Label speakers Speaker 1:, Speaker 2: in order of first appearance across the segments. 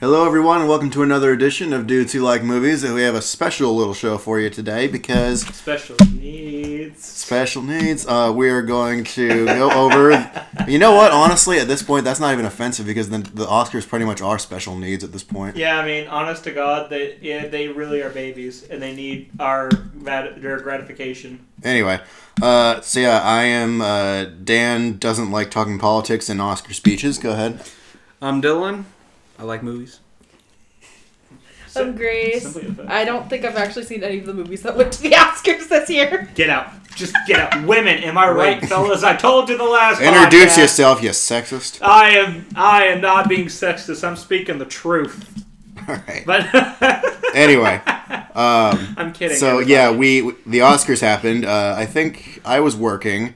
Speaker 1: Hello, everyone, and welcome to another edition of Dudes Who Like Movies. And we have a special little show for you today because
Speaker 2: Special needs.
Speaker 1: special needs. Uh, we are going to go over. you know what? Honestly, at this point, that's not even offensive because the, the Oscars pretty much are special needs at this point.
Speaker 2: Yeah, I mean, honest to God, they yeah, they really are babies, and they need our grat- their gratification.
Speaker 1: Anyway, uh, so yeah, I am uh, Dan. Doesn't like talking politics and Oscar speeches. Go ahead.
Speaker 3: I'm Dylan. I like movies.
Speaker 2: So-
Speaker 4: I'm Grace.
Speaker 2: simply a fact.
Speaker 4: I don't think I've actually seen any of the movies that went to the Oscars this year.
Speaker 2: Get out! Just get out! Women, am I right,
Speaker 3: Wait.
Speaker 2: fellas? I told you the last.
Speaker 1: Introduce
Speaker 2: podcast.
Speaker 1: yourself, you sexist.
Speaker 2: I am. I am not being sexist. I'm speaking the truth.
Speaker 1: All right.
Speaker 2: But
Speaker 1: Anyway, um,
Speaker 2: I'm kidding.
Speaker 1: So
Speaker 2: everybody.
Speaker 1: yeah, we the Oscars happened. Uh, I think I was working.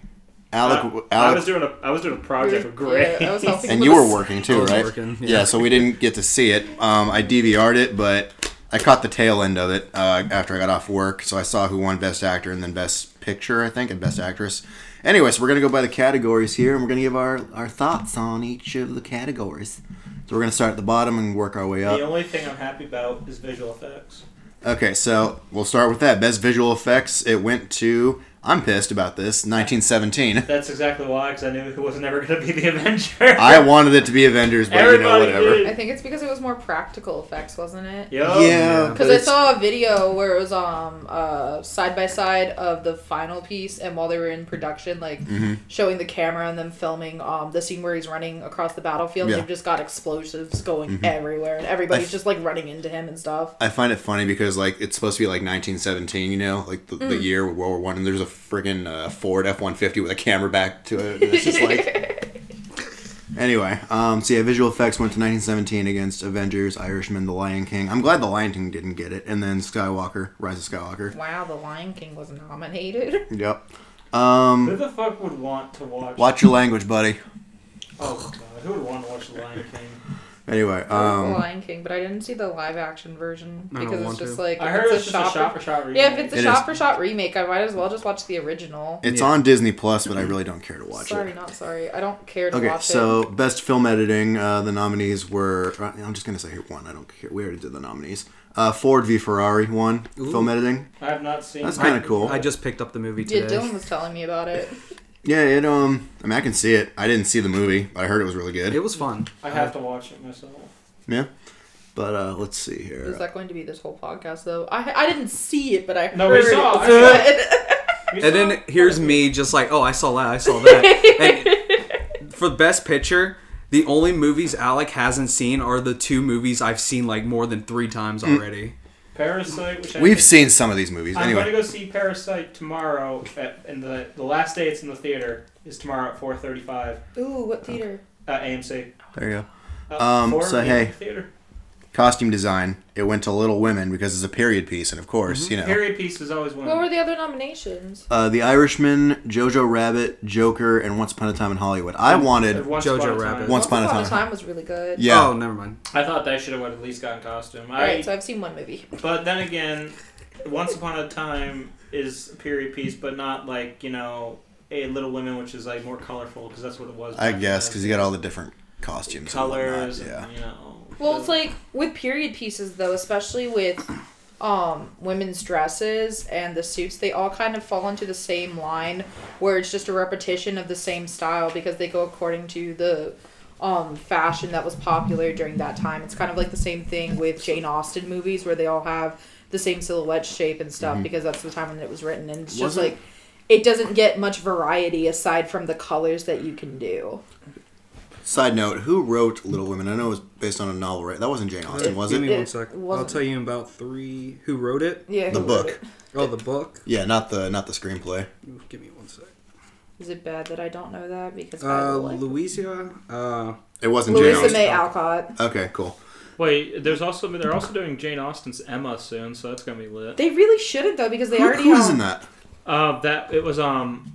Speaker 1: Alec,
Speaker 2: Uh, I
Speaker 1: Alec,
Speaker 2: was doing a. I was doing a project with Grace.
Speaker 4: Yeah, I was helping
Speaker 1: and
Speaker 4: with
Speaker 1: you
Speaker 4: the
Speaker 1: were
Speaker 4: s-
Speaker 1: working
Speaker 3: I
Speaker 1: too,
Speaker 3: was
Speaker 1: right?
Speaker 3: working,
Speaker 1: yeah.
Speaker 3: yeah.
Speaker 1: So we didn't get to see it. Um, I DVR'd it, but I caught the tail end of it uh, after I got off work. So I saw who won Best Actor and then Best Picture, I think, and Best Actress. Anyway, so we're gonna go by the categories here, and we're gonna give our our thoughts on each of the categories. So we're gonna start at the bottom and work our way up.
Speaker 2: The only thing I'm happy about is visual effects.
Speaker 1: Okay, so we'll start with that. Best visual effects. It went to. I'm pissed about this. 1917.
Speaker 2: That's exactly why, because I knew it was never going to be the Avenger.
Speaker 1: I wanted it to be Avengers, but you know
Speaker 2: Everybody
Speaker 1: whatever.
Speaker 2: did.
Speaker 4: I think it's because it was more practical effects, wasn't it?
Speaker 2: Yo.
Speaker 1: Yeah,
Speaker 4: Because
Speaker 1: but
Speaker 4: I
Speaker 1: it's-
Speaker 4: saw a video where it was um uh side by side of the final piece, and while they were in production, like showing the camera and them filming um the scene where he's running across the battlefield.
Speaker 1: Yeah.
Speaker 4: They've just got explosives going everywhere, and everybody's just like running into him and stuff.
Speaker 1: I find it funny because like it's supposed to be like 1917, you know, like the,
Speaker 4: Mm.
Speaker 1: the year with World War One, and there's a freaking uh, Ford F-150 with a camera back to it. And it's just like anyway. Um, so yeah, visual effects went to 1917 against Avengers, Irishman, The Lion King. I'm glad The Lion King didn't get it, and then Skywalker, Rise of Skywalker.
Speaker 4: wow, The Lion King was nominated.
Speaker 1: Yep. Um,
Speaker 2: Who the fuck would want to watch?
Speaker 1: watch your language, buddy.
Speaker 2: Oh god, who would want to watch The Lion King?
Speaker 1: Anyway,
Speaker 4: the
Speaker 1: um,
Speaker 4: Lion King, but I didn't see the live action version
Speaker 3: I don't
Speaker 4: because it's
Speaker 3: want
Speaker 4: just
Speaker 3: to.
Speaker 4: like
Speaker 2: I
Speaker 4: if
Speaker 2: heard it's
Speaker 4: it's a
Speaker 2: just
Speaker 4: shot.
Speaker 2: a shot for shot remake.
Speaker 4: yeah, if it's
Speaker 1: It
Speaker 4: a
Speaker 1: is.
Speaker 4: shot for shot remake, I might as well just watch the original.
Speaker 1: it's on Disney Plus, but I really don't care to watch
Speaker 4: sorry,
Speaker 1: it.
Speaker 4: not sorry. I don't care to
Speaker 1: Okay,
Speaker 4: watch
Speaker 1: so best film editing, uh, the nominees were. uh, I'm just gonna say one. I don't care. We already did the nominees. Uh, Ford v Ferrari won
Speaker 3: Ooh.
Speaker 1: film editing.
Speaker 2: I have not seen.
Speaker 1: That's kinda
Speaker 3: I-
Speaker 1: cool.
Speaker 3: I just picked up the movie
Speaker 4: it. Yeah,
Speaker 3: today.
Speaker 4: Dylan was telling me about it.
Speaker 1: Yeah, it. Um, I mean, I can see it. I didn't see the movie, but I heard it was really
Speaker 3: It
Speaker 1: good.
Speaker 3: was fun.
Speaker 2: I have to watch it myself.
Speaker 1: Yeah. But uh, let's see here.
Speaker 4: Is that going to be this whole podcast though? I I didn't see it, but I heard
Speaker 2: No, we saw it.
Speaker 4: it. was good.
Speaker 2: You
Speaker 3: And
Speaker 2: saw
Speaker 3: then
Speaker 2: it?
Speaker 3: here's me just like, oh, I saw that, I saw that. and for the best picture, the only movies Alec hasn't seen are the two movies I've seen like more than three times
Speaker 1: Mm,
Speaker 3: already.
Speaker 2: Parasite, which I
Speaker 1: We've seen some of these movies.
Speaker 2: I'm going
Speaker 1: Anyway,
Speaker 2: to go see Parasite tomorrow. At, and the the last day it's in the theater is tomorrow at 4:35
Speaker 4: Ooh, what theater?
Speaker 2: at AMC.
Speaker 1: there you go.
Speaker 2: Uh,
Speaker 1: Um,
Speaker 2: four
Speaker 1: so,
Speaker 2: in the
Speaker 1: hey.
Speaker 2: theater.
Speaker 1: Costume design. It went to Little Women because it's a period piece, and of course, you know.
Speaker 2: period piece is always one.
Speaker 4: What were the other nominations?
Speaker 1: Uh, the Irishman, Jojo Rabbit, Joker, and Once Upon a Time in Hollywood. I wanted
Speaker 3: Jojo Rabbit.
Speaker 1: Once Upon a Time.
Speaker 4: was really good.
Speaker 1: Yeah.
Speaker 3: Oh, never mind.
Speaker 2: I thought they should have at least gotten costume. I,
Speaker 4: Right, so I've seen one movie.
Speaker 2: But then again, Once Upon a Time is a period piece, but not like you know a Little Women, which is like more colorful because that's what it was.
Speaker 1: I
Speaker 2: back
Speaker 1: guess
Speaker 2: then.
Speaker 1: because you got all the different costumes,
Speaker 2: colors,
Speaker 1: and whatnot.
Speaker 2: and, you know.
Speaker 4: Well,
Speaker 2: the-
Speaker 4: it's like with period pieces though, especially with um women's dresses and the suits, they all kind of fall into the same line where it's just a repetition of the same style because they go according to the um fashion that was popular during that time. It's kind of like the same thing with Jane Austen movies where they all have the same silhouette shape and stuff because that's the time when it was written and it's just
Speaker 1: Wasn't-
Speaker 4: like it doesn't get much variety aside from the colors that you can do.
Speaker 1: Yeah. Side note: Who wrote Little Women? I know it was based on a novel, right? That wasn't Jane Austen, was
Speaker 3: Give
Speaker 1: it?
Speaker 3: me
Speaker 4: It
Speaker 3: one sec. I'll
Speaker 4: wasn't.
Speaker 3: tell you in about three. Who wrote it?
Speaker 4: Yeah.
Speaker 1: The
Speaker 4: who wrote
Speaker 1: book.
Speaker 4: it?
Speaker 3: Oh, the book.
Speaker 1: Yeah, not the not the screenplay.
Speaker 3: Ooh, Give me one sec.
Speaker 4: Is it bad that I don't know that? Because I
Speaker 3: Uh,
Speaker 4: like
Speaker 3: Louisa. Uh,
Speaker 1: It wasn't Jane
Speaker 4: Louisa
Speaker 1: Austen.
Speaker 4: May Alcott.
Speaker 1: Okay, cool.
Speaker 2: wait, there's also they're also doing Jane Austen's Emma soon, so that's gonna be lit.
Speaker 4: They really shouldn't though because they
Speaker 1: Who,
Speaker 4: already
Speaker 1: who is
Speaker 4: own-
Speaker 1: in that?
Speaker 2: Uh, that it was um,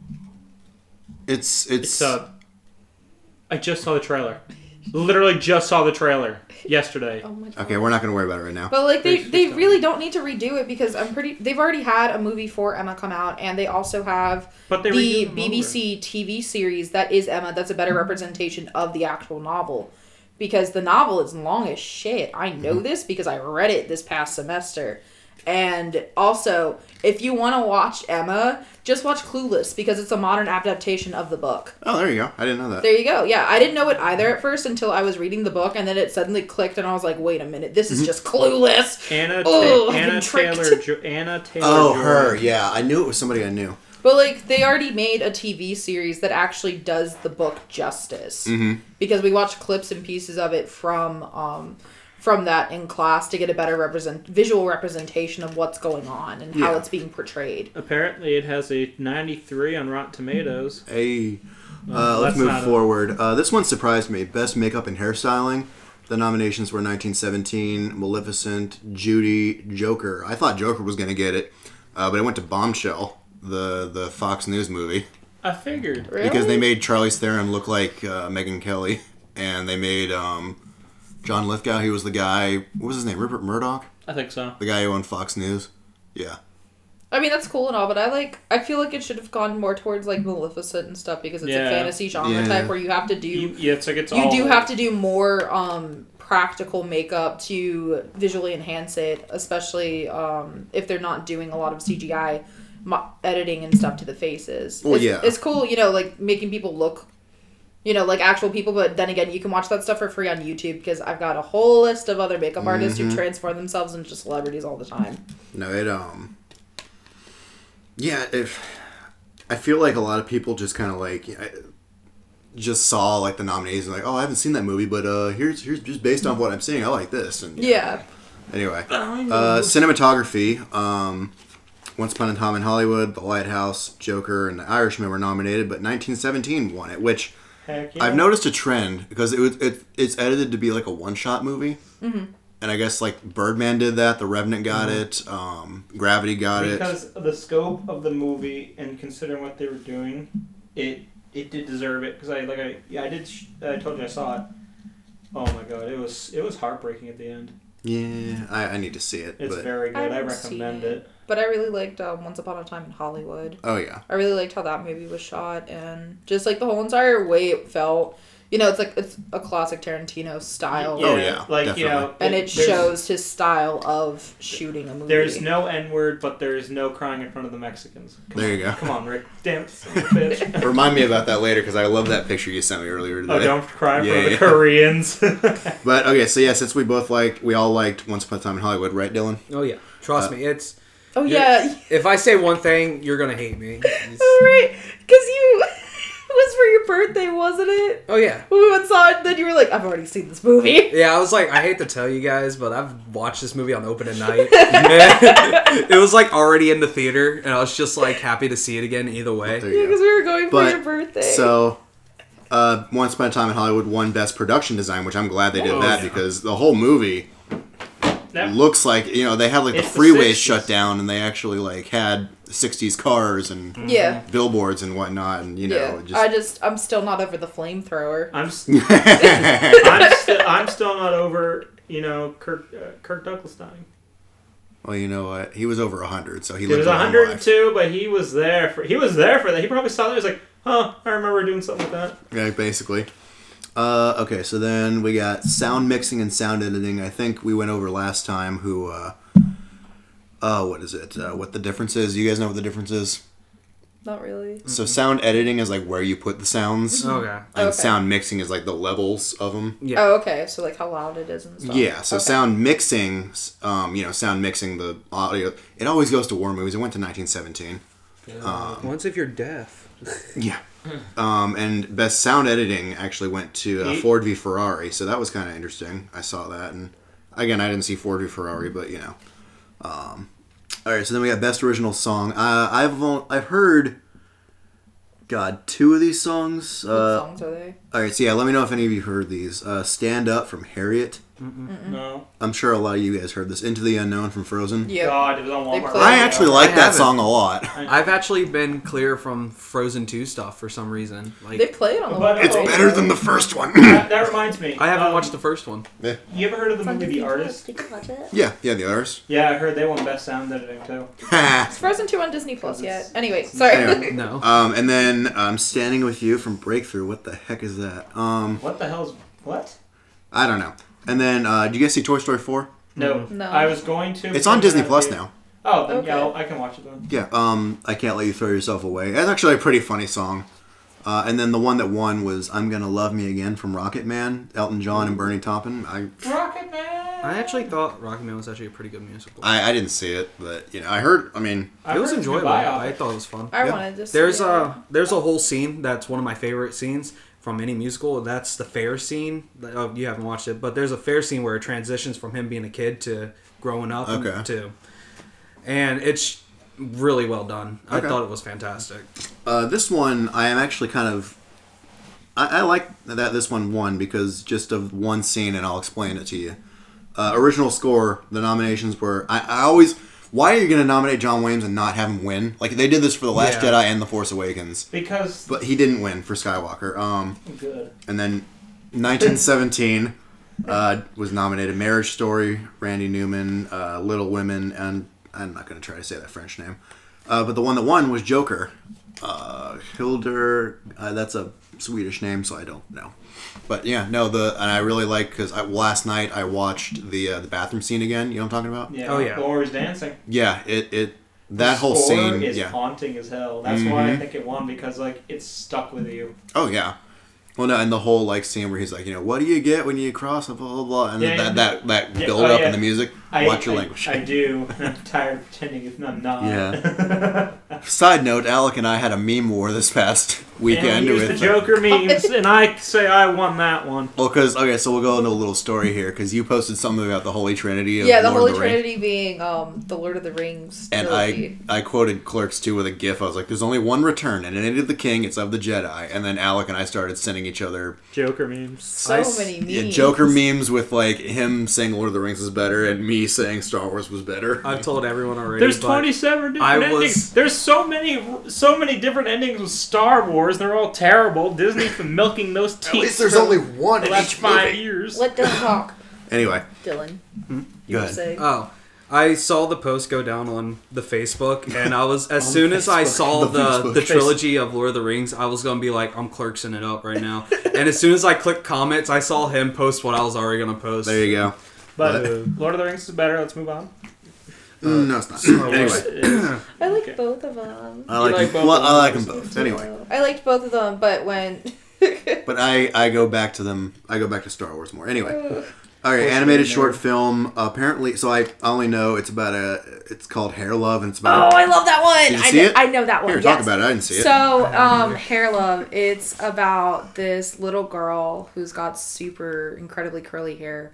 Speaker 1: It's it's,
Speaker 2: it's uh, I just saw the trailer. Literally just saw the trailer yesterday.
Speaker 4: Oh my god.
Speaker 1: okay. We're not gonna worry about it right now.
Speaker 4: But like they,
Speaker 2: There's
Speaker 4: they
Speaker 2: just a-
Speaker 4: really don't need to redo it because I'm pretty. They've already had a movie for Emma come out, and they also have
Speaker 2: But they
Speaker 4: the
Speaker 2: redo them
Speaker 1: Mm-hmm.
Speaker 4: BBC TV series that is Emma. That's a better representation of the actual novel. because the novel is long as shit. I know
Speaker 1: Mm-hmm.
Speaker 4: this because I read it this past semester. And also, if you want to watch Emma, just watch Clueless because it's a modern adaptation of the book.
Speaker 1: Oh, there you go. I didn't know that.
Speaker 4: There you go. Yeah, I didn't know it either at first until I was reading the book, and then it suddenly clicked, and I was like, "Wait a minute, this
Speaker 1: Mm-hmm.
Speaker 4: is just clueless."
Speaker 2: Anna,
Speaker 4: Oh,
Speaker 2: Ta-
Speaker 4: I've
Speaker 2: Anna
Speaker 4: been tricked.
Speaker 2: Taylor, jo- Anna Taylor.
Speaker 1: Oh, her.
Speaker 2: Joy.
Speaker 1: Yeah, I knew it was somebody I knew.
Speaker 4: But like, they already made a TV series that actually does the book justice
Speaker 1: Mm-hmm.
Speaker 4: because we watched clips and pieces of it from um, from that in class to get a better represent visual representation of what's going on and how
Speaker 1: Yeah.
Speaker 4: it's being portrayed.
Speaker 2: Apparently, it has a 93 on Rotten Tomatoes.
Speaker 1: Hey, uh,
Speaker 2: Well,
Speaker 1: let's
Speaker 2: that's
Speaker 1: move
Speaker 2: not a-
Speaker 1: forward. Uh, this one surprised me. Best makeup and hairstyling. The nominations were 1917, Maleficent, Judy, Joker. I thought Joker was going to get it, uh, but it went to Bombshell, the the Fox News movie,
Speaker 2: I figured.
Speaker 4: Really?
Speaker 1: because they made Charlize Theron look like uh, Megan Kelly, and they made um, John Lithgow. He was the guy. What was his name? Rupert Murdoch,
Speaker 2: I think so.
Speaker 1: the guy who owned Fox News. Yeah.
Speaker 4: I mean, that's cool and all, but I like. I feel like it should have gone more towards like Maleficent and stuff because it's
Speaker 2: Yeah.
Speaker 4: a fantasy genre
Speaker 1: Yeah.
Speaker 4: type where you have to do.
Speaker 2: You, yeah, it's like it's
Speaker 4: you
Speaker 2: all.
Speaker 1: Oh.
Speaker 4: do have to do more um, practical makeup to visually enhance it, especially um, if they're not doing a lot of CGI mo- editing and stuff to the faces.
Speaker 1: Well,
Speaker 4: it's,
Speaker 1: yeah.
Speaker 4: it's cool, you know, like making people look, you know, like actual people. But then again, you can watch that stuff for free on YouTube because I've got a whole list of other makeup artists
Speaker 1: Mm-hmm.
Speaker 4: who transform themselves into celebrities all the time.
Speaker 1: No, it um. Yeah, if I feel like a lot of people just kind of like I- just saw like the nominees and like, oh, I haven't seen that movie, but uh, here's here's just based on what I'm seeing, I like this. And
Speaker 4: Yeah,
Speaker 1: Anyway, uh, cinematography. Um, Once Upon a Time in Hollywood, The Lighthouse, Joker, and The Irishman were nominated, but 1917 won it, which.
Speaker 2: Heck yeah.
Speaker 1: I've noticed a trend because it, was- it it's edited to be like a one shot movie,
Speaker 2: Mm-hmm.
Speaker 1: and I guess like Birdman did that, The Revenant got it, um, Gravity got it.
Speaker 2: Mm-hmm. because of the scope of the movie and considering what they were doing, it it did deserve it because I like I yeah I did sh- I told you I saw it. Oh my god, it was it was heartbreaking at the end.
Speaker 1: Yeah, I, I need to see it.
Speaker 2: It's
Speaker 1: but,
Speaker 2: very good.
Speaker 4: I
Speaker 2: I,
Speaker 4: haven't
Speaker 2: recommend
Speaker 4: seen
Speaker 2: it.
Speaker 4: but I really liked um, Once Upon a Time in Hollywood.
Speaker 1: oh yeah,
Speaker 4: I really liked how that movie was shot and just like the whole entire way it felt. You know, it's like it's a classic Tarantino style.
Speaker 1: Oh, yeah,
Speaker 2: like you know,
Speaker 4: And
Speaker 2: there's-
Speaker 4: it shows his style of shooting a movie.
Speaker 2: There's no N word, but there's no crying in front of the Mexicans. Come
Speaker 1: there
Speaker 2: on,
Speaker 1: you go.
Speaker 2: Come on, Rick. Damn it, son of a bitch.
Speaker 1: Remind me about that later because I love that picture you sent me earlier
Speaker 2: Oh,
Speaker 1: today.
Speaker 2: don't cry
Speaker 1: Yeah,
Speaker 2: for the
Speaker 1: yeah.
Speaker 2: Koreans.
Speaker 1: but okay, so yeah, since we both liked, we all liked Once Upon a Time in Hollywood, right, Dylan?
Speaker 3: Oh yeah,
Speaker 1: Uh,
Speaker 3: trust me. It's
Speaker 4: Oh yeah,
Speaker 3: if I say one thing, you're gonna hate me. It's-
Speaker 4: right. Because you it was for your birthday, wasn't it?
Speaker 3: oh yeah,
Speaker 4: When we went and saw it, then you were like, "I've already seen this movie."
Speaker 3: yeah. I was like, I hate to tell you guys, but I've watched this movie on opening night. it was like already in the theater, and I was just like happy to see it again. Either
Speaker 1: There
Speaker 3: way,
Speaker 1: you
Speaker 4: Yeah,
Speaker 1: go.
Speaker 4: because we were going for
Speaker 1: But,
Speaker 4: your birthday.
Speaker 1: So, uh, Once Upon a Time in Hollywood won Best Production Design, which I'm glad they did that
Speaker 3: yeah.
Speaker 1: because the whole movie
Speaker 2: That-
Speaker 1: looks like you know they had like the
Speaker 2: It's the
Speaker 1: freeways
Speaker 2: 60s.
Speaker 1: shut down and they actually like had 60s cars and
Speaker 4: yeah,
Speaker 1: billboards and whatnot and you
Speaker 4: yeah.
Speaker 1: know
Speaker 4: I just I'm still not over the flamethrower.
Speaker 2: I'm s-
Speaker 1: just
Speaker 2: I'm, st- I'm still not over you know Kirk uh, Kirk Douglas dying.
Speaker 1: well you know what he was over 100 so he
Speaker 2: It
Speaker 1: lived
Speaker 2: was
Speaker 1: a long
Speaker 2: 102, but he was there for he was there for that. He probably saw that. He was like, "Huh, I remember doing something like that."
Speaker 1: life. yeah basically uh, okay so then we got sound mixing and sound editing I think we went over last time who uh oh what is it uh, what the difference is you guys know what the difference is
Speaker 4: Not really.
Speaker 1: so sound editing is like where you put the sounds
Speaker 3: okay,
Speaker 1: and
Speaker 4: Mm-hmm. Okay.
Speaker 1: sound mixing is like the levels of them
Speaker 3: yeah.
Speaker 4: Oh, okay. So like how loud it is and stuff.
Speaker 1: Yeah, so
Speaker 4: Okay.
Speaker 1: sound mixing, s- um, you know, sound mixing the audio. It always goes to war movies. It went to 1917.
Speaker 3: Once if you're deaf,
Speaker 1: Yeah. Um, and best sound editing actually went to uh,
Speaker 2: Ye-
Speaker 1: Ford v Ferrari, so that was kind of interesting. I saw that, and again, I didn't see Ford v Ferrari, but you know. Um, all right, so then we got best original song. Uh, I've on- I've heard, God, two of these songs.
Speaker 4: What
Speaker 1: Uh,
Speaker 4: songs are they?
Speaker 1: all right, so yeah, let me know if any of you heard these. Uh, Stand up from Harriet.
Speaker 2: No,
Speaker 1: I'm sure a lot of you guys heard this. Into the unknown from Frozen.
Speaker 4: Yeah.
Speaker 2: God, it was on
Speaker 4: They
Speaker 2: Walmart.
Speaker 4: play-
Speaker 1: I
Speaker 4: Yeah.
Speaker 1: actually like
Speaker 3: I
Speaker 1: that
Speaker 3: haven't.
Speaker 1: song a lot.
Speaker 3: I've actually been clear from Frozen Two stuff for some reason. Like
Speaker 4: They play it on the
Speaker 2: But
Speaker 4: Walmart
Speaker 2: it's
Speaker 4: radio.
Speaker 2: better
Speaker 1: the first one.
Speaker 2: that, that reminds me.
Speaker 3: I haven't
Speaker 2: um,
Speaker 3: watched the first one.
Speaker 2: You ever heard of the movie The Artist?
Speaker 5: Did you watch it?
Speaker 1: yeah, yeah, the others.
Speaker 2: Yeah, I heard they won best sound editing too.
Speaker 4: It's Frozen 2 on Disney Plus yet. Anyway,
Speaker 1: Anyway.
Speaker 4: sorry.
Speaker 3: No.
Speaker 1: um, and then I'm standing with you from Breakthrough. What the heck is that? Um,
Speaker 2: What the hell's what?
Speaker 1: I don't know. And then, uh, do you guys see Toy Story 4?
Speaker 2: No,
Speaker 4: No.
Speaker 2: I was going to.
Speaker 1: It's on
Speaker 2: but then
Speaker 1: Disney
Speaker 2: I
Speaker 1: Plus
Speaker 2: did-
Speaker 1: now.
Speaker 2: Oh, then, yeah,
Speaker 4: Okay.
Speaker 2: I'll- I can watch it then.
Speaker 1: Yeah, um, I Can't Let You Throw Yourself Away. That's actually a pretty funny song. Uh, and then the one that won was I'm Gonna Love Me Again from Rocket Man, Elton John and Bernie Taupin. I,
Speaker 2: Rocket Man.
Speaker 3: I actually thought Rocky Man was actually a pretty good musical.
Speaker 1: I, I didn't see it, but, you know, I heard, I mean,
Speaker 2: I
Speaker 3: it was
Speaker 2: heard it's a good
Speaker 3: enjoyable.
Speaker 2: buyoff.
Speaker 3: I thought it was fun.
Speaker 4: I
Speaker 1: Yeah.
Speaker 4: wanted to. see
Speaker 3: There's
Speaker 4: it.
Speaker 3: a there's a whole scene that's one of my favorite scenes from any musical. and That's the fair scene. Oh, you haven't watched it, but there's a fair scene where it transitions from him being a kid to growing up. and-
Speaker 1: Okay.
Speaker 3: To, and it's really well done.
Speaker 1: Okay.
Speaker 3: I thought it was fantastic.
Speaker 1: Uh, this one, I am actually kind of. I, I like that this one won because just of one scene, and I'll explain it to you. Uh, original score, the nominations were. I, I always. Why are you going to nominate John Williams and not have him win? Like, they did this for The Last
Speaker 3: Yeah.
Speaker 1: Jedi and The Force Awakens.
Speaker 2: because
Speaker 1: But he didn't win for Skywalker. Um,
Speaker 2: good.
Speaker 1: and then 1917 uh, was nominated Marriage Story, Randy Newman, uh, Little Women, and I'm not going to try to say that French name. Uh, but the one that won was Joker. Uh, Hildur, uh, that's a Swedish name, so I don't know. But yeah, no, the and I really like because last night I watched the uh, the bathroom scene again. You know what I'm talking about?
Speaker 2: Yeah.
Speaker 3: Oh, yeah.
Speaker 2: The Or's dancing.
Speaker 1: Yeah, it it that
Speaker 2: The
Speaker 1: whole
Speaker 2: score
Speaker 1: scene.
Speaker 2: is
Speaker 1: Yeah. Mm-hmm.
Speaker 2: haunting as hell. That's why I think it won because like it's stuck with you.
Speaker 1: Oh yeah. Well, no, and the whole like scene where he's like, you know, what do you get when you cross and blah blah blah, and that,
Speaker 2: Yeah, yeah.
Speaker 1: that that
Speaker 2: Yeah,
Speaker 1: build
Speaker 2: oh,
Speaker 1: up
Speaker 2: yeah.
Speaker 1: in the music.
Speaker 2: I,
Speaker 1: Watch your
Speaker 2: I-
Speaker 1: language.
Speaker 2: I do. and I'm tired of pretending if I'm not.
Speaker 1: Yeah. Side note: Alec and I had a meme war this past weekend
Speaker 2: and we
Speaker 1: with.
Speaker 2: used the Joker memes, and I say I won that one.
Speaker 1: Well, because okay, so we'll go into a little story here because you posted something about the Holy Trinity. Of
Speaker 4: Yeah, the
Speaker 1: Lord
Speaker 4: Holy
Speaker 1: of the Rings.
Speaker 4: Trinity being um the Lord of the Rings.
Speaker 1: And
Speaker 4: trilogy.
Speaker 1: I, I quoted Clerks 2 with a gif. I was like, there's only one return, and it ain't of the king, it's of the Jedi. And then Alec and I started sending each other
Speaker 2: Joker memes.
Speaker 4: so
Speaker 3: I s-
Speaker 4: many memes.
Speaker 1: yeah, Joker memes with like him saying Lord of the Rings is better and me saying Star Wars was better.
Speaker 3: I've told everyone already.
Speaker 2: There's
Speaker 3: but
Speaker 2: 27 different
Speaker 3: I was-
Speaker 2: endings. There's so many, so many different endings with Star Wars. They're all terrible. Disney's been milking those teeth.
Speaker 1: At least there's
Speaker 2: for
Speaker 1: only one
Speaker 2: the
Speaker 1: in
Speaker 2: last
Speaker 1: each
Speaker 2: five
Speaker 1: movie.
Speaker 2: years.
Speaker 4: Let Dylan talk.
Speaker 1: Anyway,
Speaker 4: Dylan,
Speaker 1: Hmm? go ahead. Uh,
Speaker 4: say.
Speaker 3: Oh, I saw the post go down on the Facebook, and I was as
Speaker 1: On
Speaker 3: soon as I
Speaker 1: Facebook.
Speaker 3: saw
Speaker 1: The
Speaker 3: the
Speaker 1: Facebook.
Speaker 3: the trilogy of Lord of the Rings, I was gonna be like, I'm clerksing it up right now. and as soon as I clicked comments, I saw him post what I was already gonna post.
Speaker 1: There you go.
Speaker 2: But uh, Lord of the Rings is better. Let's move on.
Speaker 1: Mm, no, it's not.
Speaker 3: Wars.
Speaker 1: anyway,
Speaker 4: I like
Speaker 2: okay.
Speaker 4: both of them.
Speaker 1: I like,
Speaker 2: like
Speaker 1: them-
Speaker 2: both
Speaker 1: well,
Speaker 2: of
Speaker 1: I like them
Speaker 2: them.
Speaker 1: both. Uh, Anyway,
Speaker 4: I liked both of them, but when
Speaker 1: but I, I go back to them. I go back to Star Wars more. Anyway, all right. Animated short film. Apparently, so I only know it's about a. It's called Hair Love, and it's
Speaker 4: Oh,
Speaker 1: about.
Speaker 4: I love that one.
Speaker 1: Did you
Speaker 4: I
Speaker 1: see
Speaker 4: know,
Speaker 1: it?
Speaker 4: I know that one.
Speaker 1: Here,
Speaker 4: yes.
Speaker 1: talk about it. I didn't see it.
Speaker 4: So, um, Hair Love, it's about this little girl who's got super incredibly curly hair.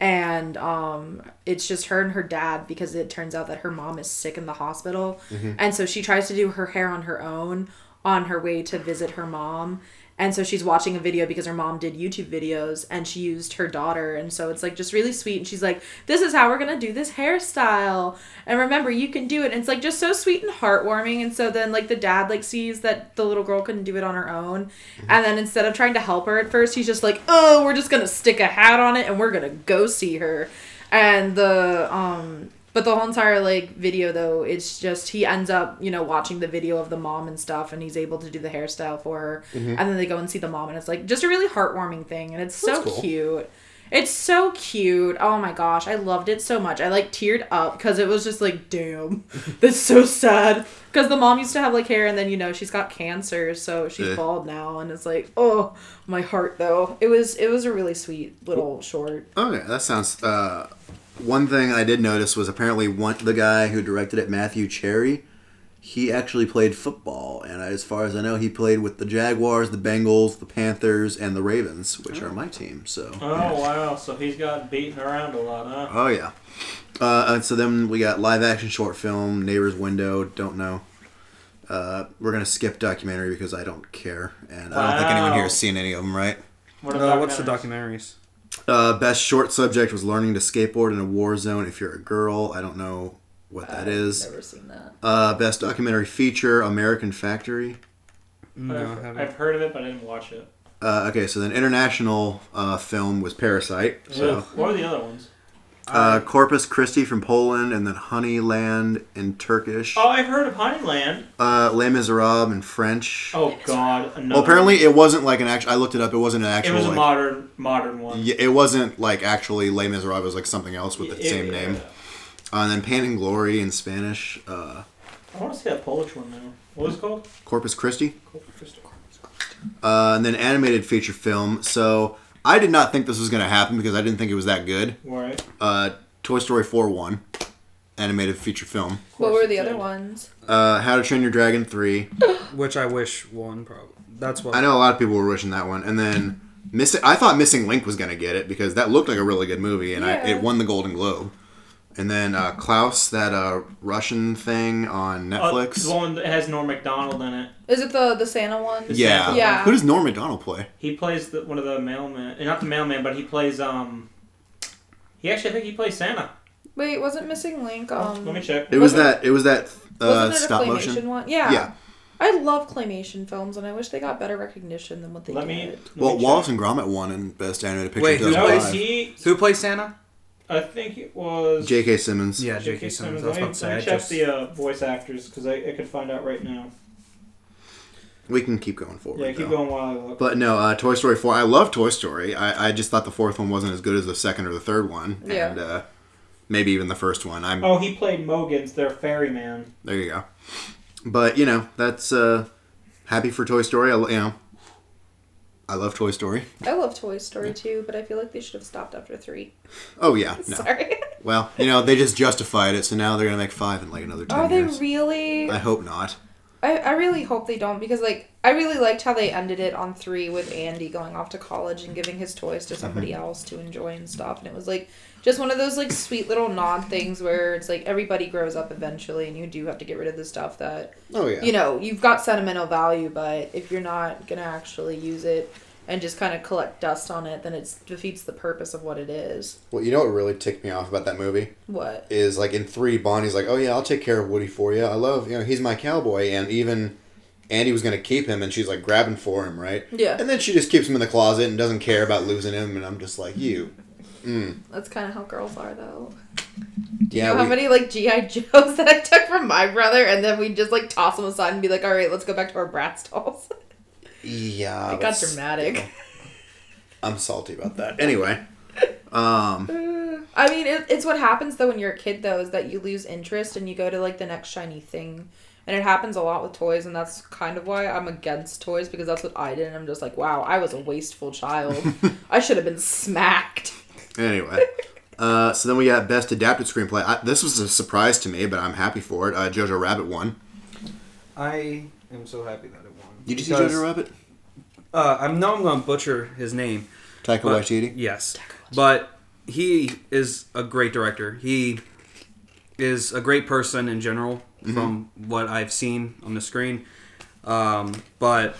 Speaker 4: And um, it's just her and her dad because it turns out that her mom is sick in the hospital.
Speaker 1: Mm-hmm.
Speaker 4: And so she tries to do her hair on her own on her way to visit her mom. And so she's watching a video because her mom did YouTube videos and she used her daughter. And so it's like just really sweet. And she's like, This is how we're going to do this hairstyle. And remember, you can do it. And it's like just so sweet and heartwarming. And so then, like, the dad, like, sees that the little girl couldn't do it on her own. And then instead of trying to help her at first, he's just like, Oh, we're just going to stick a hat on it and we're going to go see her. And the, um, but the whole entire like video though, it's just he ends up, you know, watching the video of the mom and stuff and he's able to do the hairstyle for her.
Speaker 1: Mm-hmm.
Speaker 4: And then they go and see the mom and it's like just a really heartwarming thing and it's so
Speaker 1: That's cool.
Speaker 4: cute. It's so cute. Oh my gosh, I loved it so much. I like teared up because it was just like, damn, that's so sad. Because the mom used to have like hair, and then you know she's got cancer, so she's
Speaker 1: Yeah.
Speaker 4: bald now, and it's like, oh, my heart though. It was it was a really sweet little short.
Speaker 1: Okay, that sounds. Uh, one thing I did notice was apparently one the guy who directed it, Matthew Cherry, he actually played football, and as far as I know, he played with the Jaguars, the Bengals, the Panthers, and the Ravens, which are my team. So.
Speaker 2: Oh wow! So he's got beaten around a lot, huh?
Speaker 1: Oh yeah. Uh, and so then we got live action short film, Neighbor's Window. Don't know. Uh, we're gonna skip documentary because I don't care, and I don't think anyone
Speaker 2: Wow.
Speaker 1: here has seen any of them, right?
Speaker 2: What
Speaker 3: Uh, what's the
Speaker 2: documentaries?
Speaker 3: documentaries?
Speaker 1: Uh, best short subject was learning to skateboard in a war zone. If you're a girl, I don't know what
Speaker 2: Uh,
Speaker 1: that is.
Speaker 4: Never seen that.
Speaker 1: Uh, best documentary feature, American Factory.
Speaker 3: No, I
Speaker 2: I've,
Speaker 3: haven't.
Speaker 2: I've heard of it, but I didn't watch it.
Speaker 1: Uh, okay, so then international uh, film was Parasite. So
Speaker 2: What were the other ones?
Speaker 1: Uh, Corpus Christi from Poland, and then Honeyland in Turkish.
Speaker 2: Oh, I've heard of Honeyland.
Speaker 1: Uh, Les Miserables in French.
Speaker 2: Oh God, another.
Speaker 1: well, apparently it wasn't like an actual. I looked it up. It wasn't an
Speaker 2: it
Speaker 1: actual.
Speaker 2: was a
Speaker 1: like-
Speaker 2: modern modern one.
Speaker 1: Yeah, it wasn't like actually Les Miserables. It was like something else with the
Speaker 2: It-
Speaker 1: same name. Uh, and then Pain and Glory in Spanish. Uh,
Speaker 2: I want to see that Polish one now. What was it called?
Speaker 1: Corpus Christi.
Speaker 2: Corpus Christi.
Speaker 1: Uh, and then animated feature film. So I did not think this was going to happen because I didn't think it was that good.
Speaker 2: All right.
Speaker 1: Uh, Toy Story 4 won. Animated feature film.
Speaker 4: What were the
Speaker 2: it
Speaker 4: other
Speaker 2: did.
Speaker 4: ones?
Speaker 1: Uh, How to Train Your Dragon 3.
Speaker 3: Which I wish won. Probably that's what
Speaker 1: I know a lot of people were wishing that one. And then Missing I thought Missing Link was going to get it because that looked like a really good movie and I,
Speaker 4: Yeah.
Speaker 1: it won the Golden Globe. And then uh, Klaus, that uh, Russian thing on
Speaker 2: Uh,
Speaker 1: Netflix.
Speaker 2: the one that has Norm Macdonald in it.
Speaker 4: Is it the the Santa one?
Speaker 1: yeah.
Speaker 4: Yeah.
Speaker 1: Who does Norm MacDonald play?
Speaker 2: He plays the, one of the mailman, eh, not the mailman, but he plays um. He actually, I think he plays Santa.
Speaker 4: Wait, wasn't Missing Link? Um,
Speaker 2: Let me check.
Speaker 1: It was
Speaker 4: Wasn't-
Speaker 1: that. It was that uh,
Speaker 4: wasn't it a
Speaker 1: stop
Speaker 4: claymation
Speaker 1: motion.
Speaker 4: one? Yeah.
Speaker 1: Yeah.
Speaker 4: I love claymation films, and I wish they got better recognition than what they
Speaker 2: Let
Speaker 4: did.
Speaker 2: me. let me
Speaker 1: Well,
Speaker 2: check.
Speaker 1: Wallace and Gromit won in Best Animated Picture.
Speaker 3: Wait,
Speaker 1: in
Speaker 3: who
Speaker 2: No, is
Speaker 1: 2005.
Speaker 2: he?
Speaker 3: who plays Santa?
Speaker 2: I think it was.
Speaker 1: J.K. Simmons.
Speaker 3: Yeah, J.K.
Speaker 2: J.K.
Speaker 3: Simmons.
Speaker 2: Simmons.
Speaker 3: I was
Speaker 2: Let me,
Speaker 3: about to say.
Speaker 2: let
Speaker 3: I
Speaker 2: me check
Speaker 3: just-
Speaker 2: the uh, voice actors because I, I could find out right now.
Speaker 1: We can keep going forward.
Speaker 2: Yeah, keep
Speaker 1: though.
Speaker 2: going while I look.
Speaker 1: But no, uh, Toy Story 4. I love Toy Story. I, I just thought the fourth one wasn't as good as the second or the third one.
Speaker 4: Yeah.
Speaker 1: And uh, maybe even the first one. I'm
Speaker 2: Oh, he played Mogan's their ferryman.
Speaker 1: There you go. But, you know, that's uh, happy for Toy Story. I, lo- you know, I love Toy Story.
Speaker 4: I love Toy Story too, but I feel like they should have stopped after three.
Speaker 1: Oh, yeah. No.
Speaker 4: Sorry.
Speaker 1: Well, you know, they just justified it, so now they're going to make five in like another 10
Speaker 4: Are they
Speaker 1: years.
Speaker 4: really?
Speaker 1: I hope not.
Speaker 4: I, I really hope they don't because like I really liked how they ended it on three with Andy going off to college and giving his toys to somebody
Speaker 1: Mm-hmm.
Speaker 4: else to enjoy and stuff, and it was like just one of those like sweet little nod things where it's like everybody grows up eventually, and you do have to get rid of the stuff that
Speaker 1: Oh, yeah.
Speaker 4: you know you've got sentimental value, but if you're not gonna actually use it and just kind of collect dust on it, then it defeats the purpose of what it is.
Speaker 1: Well, you know what really ticked me off about that movie?
Speaker 4: What?
Speaker 1: is like in three, Bonnie's like, "Oh yeah, I'll take care of Woody for you. I love you know he's my cowboy." And even Andy was gonna keep him, and she's like grabbing for him, right?
Speaker 4: Yeah.
Speaker 1: And then she just keeps him in the closet and doesn't care about losing him. And I'm just like, you, mm.
Speaker 4: That's kind of how girls are though.
Speaker 1: yeah,
Speaker 4: you know how
Speaker 1: we-
Speaker 4: many like GI Joes that I took from my brother, and then we just like toss them aside and be like, "All right, let's go back to our Bratz dolls."
Speaker 1: yeah.
Speaker 4: it got
Speaker 1: but
Speaker 4: dramatic.
Speaker 1: I'm salty about that. Anyway, um,
Speaker 4: I mean, it, it's what happens though when you're a kid though is that you lose interest and you go to like the next shiny thing, and it happens a lot with toys, and that's kind of why I'm against toys because that's what I did. And I'm just like, wow, I was a wasteful child. I should have been smacked.
Speaker 1: anyway. Uh, so then we got best adapted screenplay. I, this was a surprise to me, but I'm happy for it. Uh, Jojo Rabbit won.
Speaker 3: I am so happy that it won.
Speaker 1: Did you see
Speaker 3: Because,
Speaker 1: Jojo Rabbit?
Speaker 3: Uh, I know I'm going to butcher his name.
Speaker 1: Taika
Speaker 3: But-
Speaker 1: Waititi.
Speaker 3: Yes. But he is a great director. He is a great person in general
Speaker 1: Mm-hmm.
Speaker 3: from what I've seen on the screen. Um, but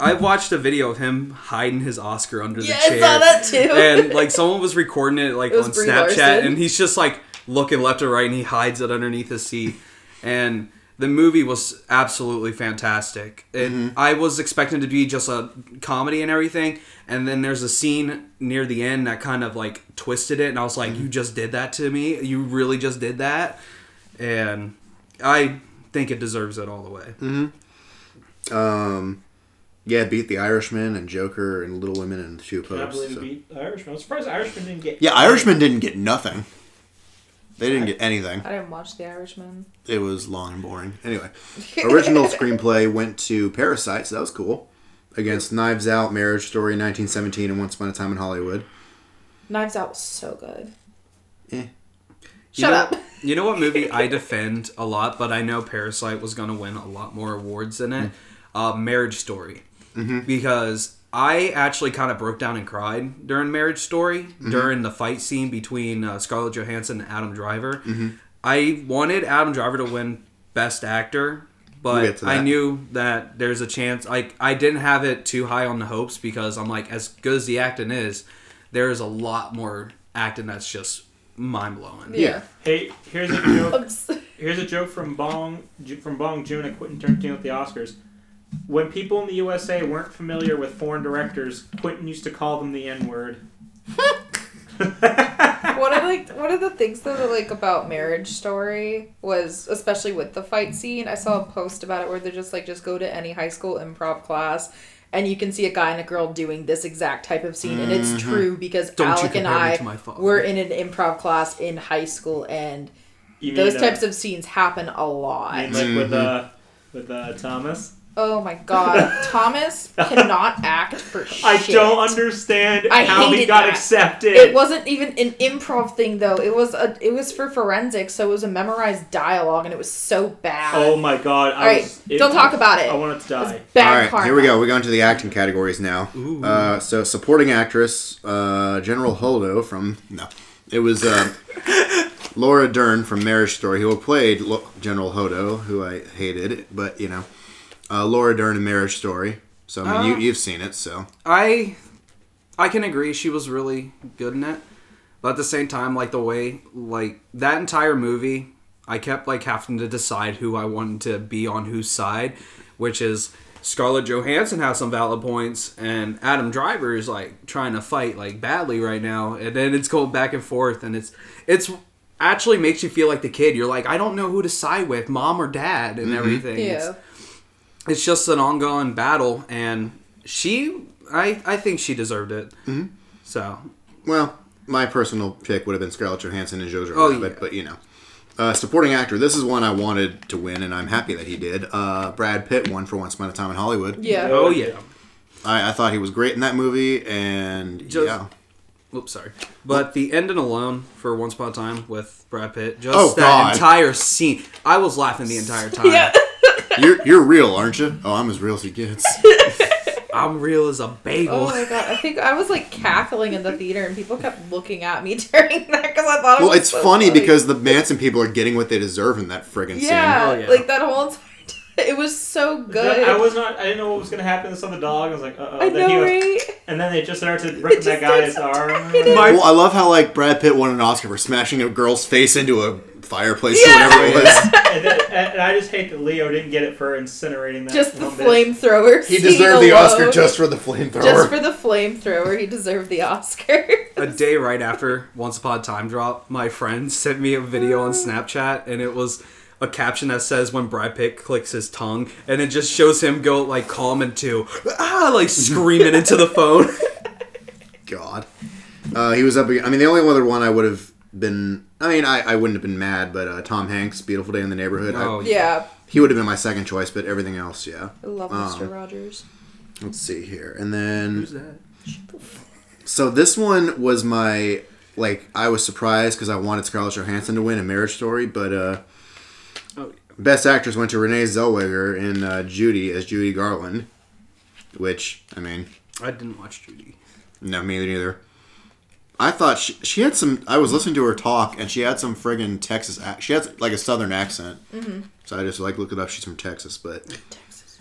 Speaker 3: I watched a video of him hiding his Oscar under
Speaker 4: Yeah,
Speaker 3: the chair.
Speaker 4: I saw that too.
Speaker 3: And like someone was recording it like
Speaker 4: It was
Speaker 3: on
Speaker 4: Brie
Speaker 3: Snapchat
Speaker 4: Larson.
Speaker 3: and he's just like looking left and right and he hides it underneath his seat. And the movie was absolutely fantastic. It,
Speaker 4: Mm-hmm.
Speaker 3: I was expecting to be just a comedy and everything, and then there's a scene near the end that kind of like twisted it, and I was
Speaker 4: Mm-hmm.
Speaker 3: like, "You just did that to me. You really just did that." And I think it deserves it all the way.
Speaker 1: Um, yeah, beat the Irishman and Joker and Little Women and Two Popes.
Speaker 2: Can I believe
Speaker 1: so.
Speaker 2: it beat the Irishman. I'm surprised the Irishman didn't get.
Speaker 1: Yeah, Irishmen didn't get nothing. They didn't get anything.
Speaker 4: I didn't watch The Irishman.
Speaker 1: It was long and boring. Anyway, original screenplay went to Parasite, so that was cool. Against Knives Out, Marriage Story, 1917, and Once Upon a Time in Hollywood.
Speaker 4: Knives Out was so good.
Speaker 1: Eh.
Speaker 4: Shut
Speaker 3: know-
Speaker 4: up.
Speaker 3: You know what movie I defend a lot, but I know Parasite was going to win a lot more awards than it?
Speaker 1: Mm-hmm.
Speaker 3: Uh, Marriage Story. Because I actually kind of broke down and cried during Marriage Story,
Speaker 1: Mm-hmm.
Speaker 3: during the fight scene between uh, Scarlett Johansson and Adam Driver.
Speaker 1: Mm-hmm.
Speaker 3: I wanted Adam Driver to win Best Actor,
Speaker 1: We'll get
Speaker 3: but
Speaker 1: to
Speaker 3: I
Speaker 1: that.
Speaker 3: knew that there's a chance. Like I didn't have it too high on the hopes because I'm like, as good as the acting is, there is a lot more acting that's just mind blowing.
Speaker 1: Yeah.
Speaker 2: Hey, here's a joke.
Speaker 4: Oops.
Speaker 2: Here's a joke from Bong Ju- from Bong Joon at Quentin Tarantino at the Oscars. When people in the USA weren't familiar with foreign directors, Quentin used to call them the N word.
Speaker 4: What I like of the things though that like about marriage story was especially with the fight scene i saw a post about it where they're just like just go to any high school improv class and you can see a guy and a girl doing this exact type of scene and it's true because
Speaker 3: Mm-hmm. Don't you
Speaker 4: alec and
Speaker 3: compare me
Speaker 4: i
Speaker 3: to my father.
Speaker 4: were in an improv class in high school and
Speaker 2: You mean,
Speaker 4: those
Speaker 2: uh,
Speaker 4: types of scenes happen a lot
Speaker 2: you mean,
Speaker 3: Mm-hmm.
Speaker 2: like with uh, with uh, Thomas.
Speaker 4: oh my god thomas cannot act for shit
Speaker 2: I don't understand
Speaker 4: I
Speaker 2: how he
Speaker 4: hated
Speaker 2: got
Speaker 4: that.
Speaker 2: accepted.
Speaker 4: It wasn't even an improv thing though. It was a it was for forensics, so it was a memorized dialogue, and it was so bad.
Speaker 2: oh my god! I
Speaker 4: All right,
Speaker 2: was, it-
Speaker 4: don't talk about it.
Speaker 2: I wanted to die.
Speaker 4: bad
Speaker 1: All right,
Speaker 4: karma.
Speaker 1: here we go. We're going to the acting categories now. Uh, so, supporting actress, uh, General Holdo from no, it was uh, Laura Dern from Marriage Story, who played Lo- General Holdo, who I hated, but you know, uh, Laura Dern in Marriage Story. So, I mean,
Speaker 3: Ah.
Speaker 1: you, you've seen it, so
Speaker 3: I I can agree she was really good in it. But at the same time, like the way like that entire movie, I kept like having to decide who I wanted to be on whose side, which is Scarlett Johansson has some valid points and Adam Driver is like trying to fight like badly right now and then it's going back and forth and it's it's actually makes you feel like the kid. You're like, I don't know who to side with, mom or dad and everything. It's-
Speaker 4: Yeah.
Speaker 3: it's just an ongoing battle, and she, I, I think she deserved it. Mm-hmm. So,
Speaker 1: well, my personal pick would have been Scarlett Johansson and Jojo
Speaker 3: Oh,
Speaker 1: Rabbit,
Speaker 3: yeah.
Speaker 1: but you know. Uh, supporting actor. This is one I wanted to win, and I'm happy that he did. Uh, Brad Pitt won for Once Upon a Time in Hollywood.
Speaker 4: Yeah.
Speaker 3: oh yeah.
Speaker 1: I, I thought he was great in that movie, and
Speaker 3: Just-
Speaker 1: yeah.
Speaker 3: Oops, sorry. But the ending alone for Once Upon a Time with Brad Pitt, just
Speaker 1: Oh,
Speaker 3: that
Speaker 1: God.
Speaker 3: entire scene, I was laughing the entire time.
Speaker 4: Yeah.
Speaker 1: You're you're real, aren't you? Oh, I'm as real as he gets.
Speaker 3: I'm real as a bagel.
Speaker 4: Oh my god! I think I was like cackling in the theater, and people kept looking at me during that because I thought. It
Speaker 1: Well,
Speaker 4: was
Speaker 1: it's
Speaker 4: so
Speaker 1: funny because the Manson people are getting what they deserve in that friggin'
Speaker 4: yeah,
Speaker 3: Oh, yeah.
Speaker 4: like that whole entire. It was so good.
Speaker 2: I was not. I didn't know what was gonna happen. I saw the dog. I was like, uh oh.
Speaker 4: I
Speaker 2: then he
Speaker 4: know,
Speaker 2: was,
Speaker 4: right?
Speaker 2: And then they just started
Speaker 4: It
Speaker 2: ripping that
Speaker 4: just
Speaker 2: guy's
Speaker 4: starts
Speaker 2: arm.
Speaker 4: attacking
Speaker 1: scene.
Speaker 3: My-
Speaker 1: Well, I love how like Brad Pitt won an Oscar for smashing a girl's face into a fireplace
Speaker 4: Yeah.
Speaker 1: or whatever it was.
Speaker 2: and, then, and and I just hate that Leo didn't get it for incinerating that.
Speaker 4: Just the
Speaker 2: one bitch.
Speaker 4: flamethrower.
Speaker 1: He
Speaker 4: scene
Speaker 1: deserved the Oscar
Speaker 4: alone.
Speaker 1: just for the flamethrower.
Speaker 4: Just for the flamethrower. He deserved the Oscar.
Speaker 3: a day right after Once Upon a Time drop, my friend sent me a video
Speaker 4: Oh.
Speaker 3: on Snapchat, and it was a caption that says when Brad Pitt clicks his tongue, and it just shows him go like calm and two, ah, like screaming into the phone.
Speaker 1: God. Uh, he was up. ag- I mean, the only other one I would have been. I mean, I, I wouldn't have been mad, but uh, Tom Hanks, Beautiful Day in the Neighborhood. I-
Speaker 3: Oh,
Speaker 4: yeah,
Speaker 1: he would have been my second choice, but everything else, yeah.
Speaker 4: I love
Speaker 1: Um,
Speaker 4: Mr. Rogers.
Speaker 1: Let's see here, and then
Speaker 3: Who's that?
Speaker 1: So this one was my like I was surprised because I wanted Scarlett Johansson to win a Marriage Story, but uh,
Speaker 3: Oh,
Speaker 1: Best Actress went to Renee Zellweger in uh, Judy as Judy Garland, which I mean,
Speaker 3: I didn't watch Judy.
Speaker 1: no, me neither. I thought she, she had some. I was listening to her talk, and she had some friggin' Texas. Ac- she had like a Southern accent, so I just like looked it up. She's from Texas, but
Speaker 4: Mm-hmm. Texas.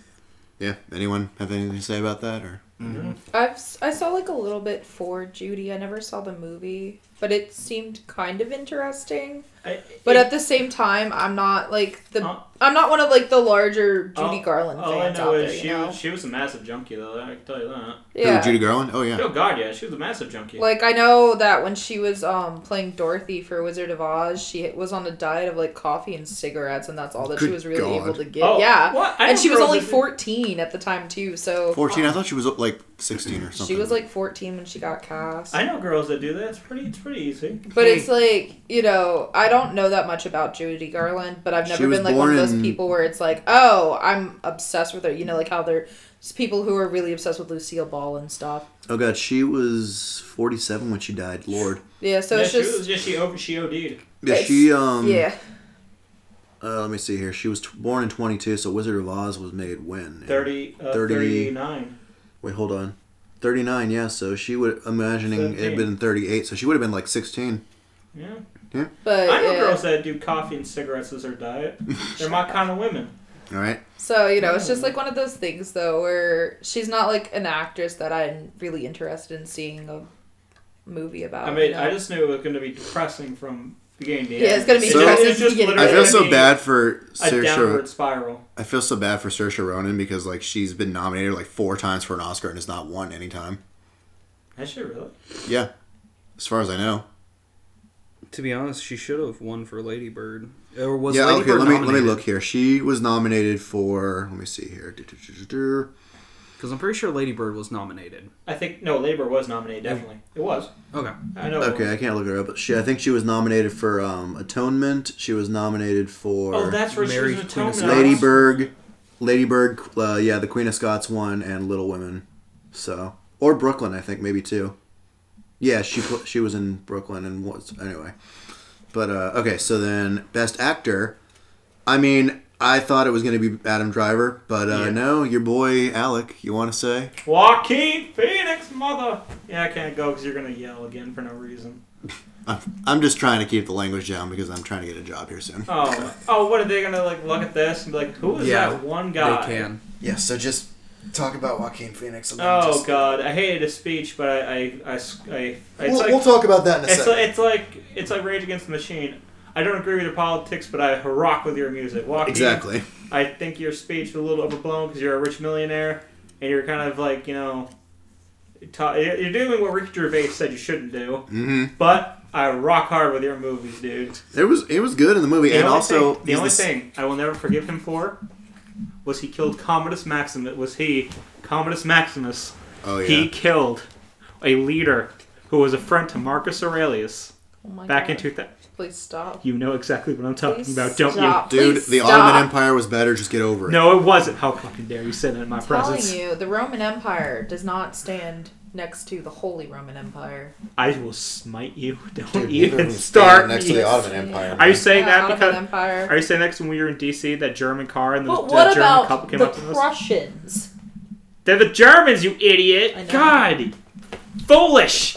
Speaker 1: yeah. Anyone have anything to say about that? Or
Speaker 4: I've s- I saw like a little bit for Judy. I never saw the movie, but it seemed kind of interesting.
Speaker 2: I-
Speaker 4: But
Speaker 2: it-
Speaker 4: at the same time, I'm not like the
Speaker 2: Uh,
Speaker 4: I'm not one of like the larger Judy
Speaker 2: all-
Speaker 4: Garland
Speaker 2: Oh, all I
Speaker 4: fans
Speaker 2: know
Speaker 4: out
Speaker 2: is
Speaker 4: there.
Speaker 2: she
Speaker 4: you know?
Speaker 2: was, she was a massive junkie though. I can tell you that.
Speaker 4: yeah.
Speaker 1: Who, Judy Garland? Oh yeah.
Speaker 2: Oh god, yeah, she was a massive junkie.
Speaker 4: Like I know that when she was um playing Dorothy for Wizard of Oz, she was on a diet of like coffee and cigarettes, and that's all that she
Speaker 1: Good
Speaker 4: was really
Speaker 1: God.
Speaker 4: able to get.
Speaker 2: Oh,
Speaker 4: yeah,
Speaker 2: what? I
Speaker 4: and
Speaker 2: know
Speaker 4: she was
Speaker 2: girls
Speaker 4: only
Speaker 2: that-
Speaker 4: 14 at the time too, so
Speaker 1: 14. I thought she was like 16 or something.
Speaker 4: she was like 14 when she got cast.
Speaker 2: I know girls that do that. It's pretty. It's pretty easy.
Speaker 4: But it's like, you know, I don't know that much about Judy Garland, but I've
Speaker 1: She
Speaker 4: never
Speaker 1: was
Speaker 4: been like one of
Speaker 1: born
Speaker 4: those
Speaker 1: in-
Speaker 4: people where it's like, oh, I'm obsessed with her. You know, like how there's people who are really obsessed with Lucille Ball and stuff.
Speaker 1: Oh god, she was 47 when she died. Lord.
Speaker 4: Yeah, so
Speaker 2: yeah,
Speaker 4: it's
Speaker 2: she
Speaker 4: just.
Speaker 2: was, yeah, she over. She OD'd.
Speaker 1: Yeah,
Speaker 4: It's-
Speaker 1: she um
Speaker 4: yeah.
Speaker 1: uh, let me see here. She was t- born in 22, so Wizard of Oz was made when?
Speaker 2: 30, uh,
Speaker 1: 30.
Speaker 2: 39.
Speaker 1: Wait, hold on. 39, yeah, so she would imagining it had
Speaker 2: 17.
Speaker 1: been 38, so she would have been like 16.
Speaker 2: Yeah.
Speaker 4: But
Speaker 2: I know
Speaker 4: yeah.
Speaker 2: girls that do coffee and cigarettes as their diet. They're my kind of women.
Speaker 1: All right.
Speaker 4: So, you know, it's just like one of those things, though, where she's not like an actress that I'm really interested in seeing a movie about.
Speaker 2: I
Speaker 4: you
Speaker 2: mean,
Speaker 4: know?
Speaker 2: I just knew it was going to be depressing from beginning to end.
Speaker 4: Yeah, it's gonna be
Speaker 1: So-
Speaker 2: just-
Speaker 1: depressing
Speaker 2: it's just
Speaker 4: from beginning
Speaker 1: I
Speaker 4: Right,
Speaker 1: feel
Speaker 2: literally
Speaker 1: so
Speaker 2: gonna be
Speaker 1: bad for
Speaker 2: A downward
Speaker 1: Saoirse.
Speaker 2: spiral.
Speaker 1: I feel so bad for Saoirse Ronan because like she's been nominated like 4 times for an Oscar and has not won any time.
Speaker 2: Has she really?
Speaker 1: Yeah. As far as I know.
Speaker 3: To be honest, she should have won for Lady Bird. Or was
Speaker 1: yeah,
Speaker 3: Lady
Speaker 1: okay.
Speaker 3: Bird
Speaker 1: Let me let me look here. She was nominated for. Let me see here. Du- du- du- du- du.
Speaker 3: Because I'm pretty sure Lady Bird was nominated.
Speaker 2: I think no, Labor was nominated. Definitely, it was.
Speaker 3: Okay.
Speaker 2: I know. it
Speaker 1: Mm. Okay, I
Speaker 2: was.
Speaker 1: can't look her up, but she. I think she was nominated for um, Atonement. She was nominated for
Speaker 2: Oh, that's where she
Speaker 3: Mary,
Speaker 2: was an
Speaker 3: Queen
Speaker 2: atonement.
Speaker 3: of Scots.
Speaker 1: Lady Bird, Lady Bird. Uh, yeah, the Queen of Scots won, and Little Women. So or Brooklyn, I think maybe too. Yeah, she pl- she was in Brooklyn and was anyway. But uh, okay, so then Best Actor. I mean, I thought it was going to be Adam Driver, but uh,
Speaker 3: Yeah.
Speaker 1: no, your boy Alec. You want to say?
Speaker 2: Joaquin Phoenix, mother. Yeah, I can't go because you're gonna yell again for no reason.
Speaker 1: I'm, I'm just trying to keep the language down because I'm trying to get a job here soon.
Speaker 2: Oh, oh, what are they gonna like? Look at this and be like, who is
Speaker 3: Yeah,
Speaker 2: that one guy?
Speaker 3: They can.
Speaker 1: Yeah, so just talk about Joaquin Phoenix. And
Speaker 2: Oh God, I hated his speech, but I, I, I, s- I- it's
Speaker 1: we'll,
Speaker 2: like
Speaker 1: we'll talk about that in a
Speaker 2: it's
Speaker 1: second.
Speaker 2: like, it's like it's like Rage Against the Machine. I don't agree with your politics, but I rock with your music. Joaquin,
Speaker 1: exactly.
Speaker 2: I think your speech was a little overblown because you're a rich millionaire and you're kind of like you know, ta- you're you're doing what Ricky Gervais said you shouldn't do.
Speaker 1: hmm
Speaker 2: But I rock hard with your movies, dude.
Speaker 1: It was it was good in the movie,
Speaker 2: The
Speaker 1: and
Speaker 2: only
Speaker 1: also
Speaker 2: thing, the
Speaker 1: he's
Speaker 2: only
Speaker 1: s-
Speaker 2: thing I will never forgive him for was he killed Commodus Maximus. Was he Commodus Maximus?
Speaker 1: Oh yeah.
Speaker 2: He killed a leader who was a friend to Marcus Aurelius
Speaker 4: Oh my
Speaker 2: back
Speaker 4: God.
Speaker 2: in 2000.
Speaker 4: Please stop.
Speaker 2: You know exactly what I'm talking
Speaker 4: Please
Speaker 2: about, don't
Speaker 4: stop.
Speaker 1: Dude,
Speaker 4: Please
Speaker 1: the
Speaker 4: stop.
Speaker 1: Ottoman Empire was better. Just get over
Speaker 2: you?
Speaker 1: it.
Speaker 2: No, it wasn't. How fucking dare you say that in my
Speaker 4: I'm telling
Speaker 2: presence?
Speaker 4: you, the Roman Empire does not stand next to the Holy Roman Empire.
Speaker 2: I will smite you. Don't
Speaker 1: Dude, neither of them
Speaker 2: even
Speaker 1: stand
Speaker 2: start
Speaker 1: next
Speaker 2: me.
Speaker 1: to the Ottoman Empire.
Speaker 2: Are you saying
Speaker 4: The
Speaker 2: that
Speaker 4: Ottoman
Speaker 2: because?
Speaker 4: Empire.
Speaker 2: Are you saying that 'cause when we were in DC that German car and the,
Speaker 4: but
Speaker 2: the
Speaker 4: what
Speaker 2: German couple
Speaker 4: about
Speaker 2: came
Speaker 4: the
Speaker 2: up to us?
Speaker 4: Prussians?
Speaker 2: They're the Germans, you
Speaker 4: I
Speaker 2: idiot!
Speaker 4: know.
Speaker 2: God, foolish.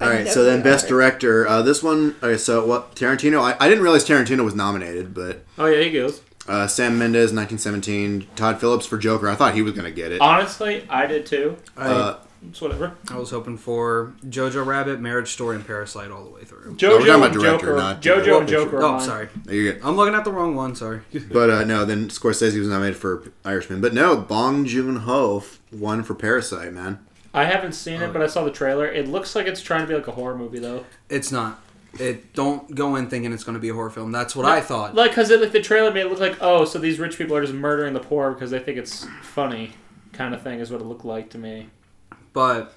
Speaker 1: All right,
Speaker 4: I
Speaker 1: so then
Speaker 4: definitely
Speaker 1: best
Speaker 4: are.
Speaker 1: director. Uh, this one. Okay, so what? Tarantino. I, I didn't realize Tarantino was nominated, but
Speaker 2: Oh yeah, he goes.
Speaker 1: uh, Sam Mendes, 1917. Todd Phillips for Joker. I thought he was gonna get it.
Speaker 2: Honestly, I did too.
Speaker 1: Uh,
Speaker 2: It's whatever.
Speaker 3: I was hoping for Jojo Rabbit, Marriage Story, and Parasite all the way through.
Speaker 2: JoJo
Speaker 1: we're talking about
Speaker 2: and
Speaker 1: director,
Speaker 2: Joker.
Speaker 1: not-
Speaker 2: JoJo
Speaker 1: Well,
Speaker 2: and
Speaker 1: picture.
Speaker 2: Joker. are
Speaker 3: Oh,
Speaker 2: mine.
Speaker 3: sorry.
Speaker 1: you get.
Speaker 3: I'm looking at the wrong one. Sorry.
Speaker 1: But uh, no, then Scorsese was nominated for Irishman. But no, Bong Joon Ho won for Parasite. Man,
Speaker 2: I haven't seen
Speaker 3: Oh.
Speaker 2: it, but I saw the trailer. It looks like it's trying to be like a horror movie, though.
Speaker 3: It's not. It don't go in thinking it's going to be a horror film. That's what I thought.
Speaker 2: Like, cause it, like the trailer made it look like, oh, so these rich people are just murdering the poor because they think it's funny, kind of thing is what it looked like to me.
Speaker 3: But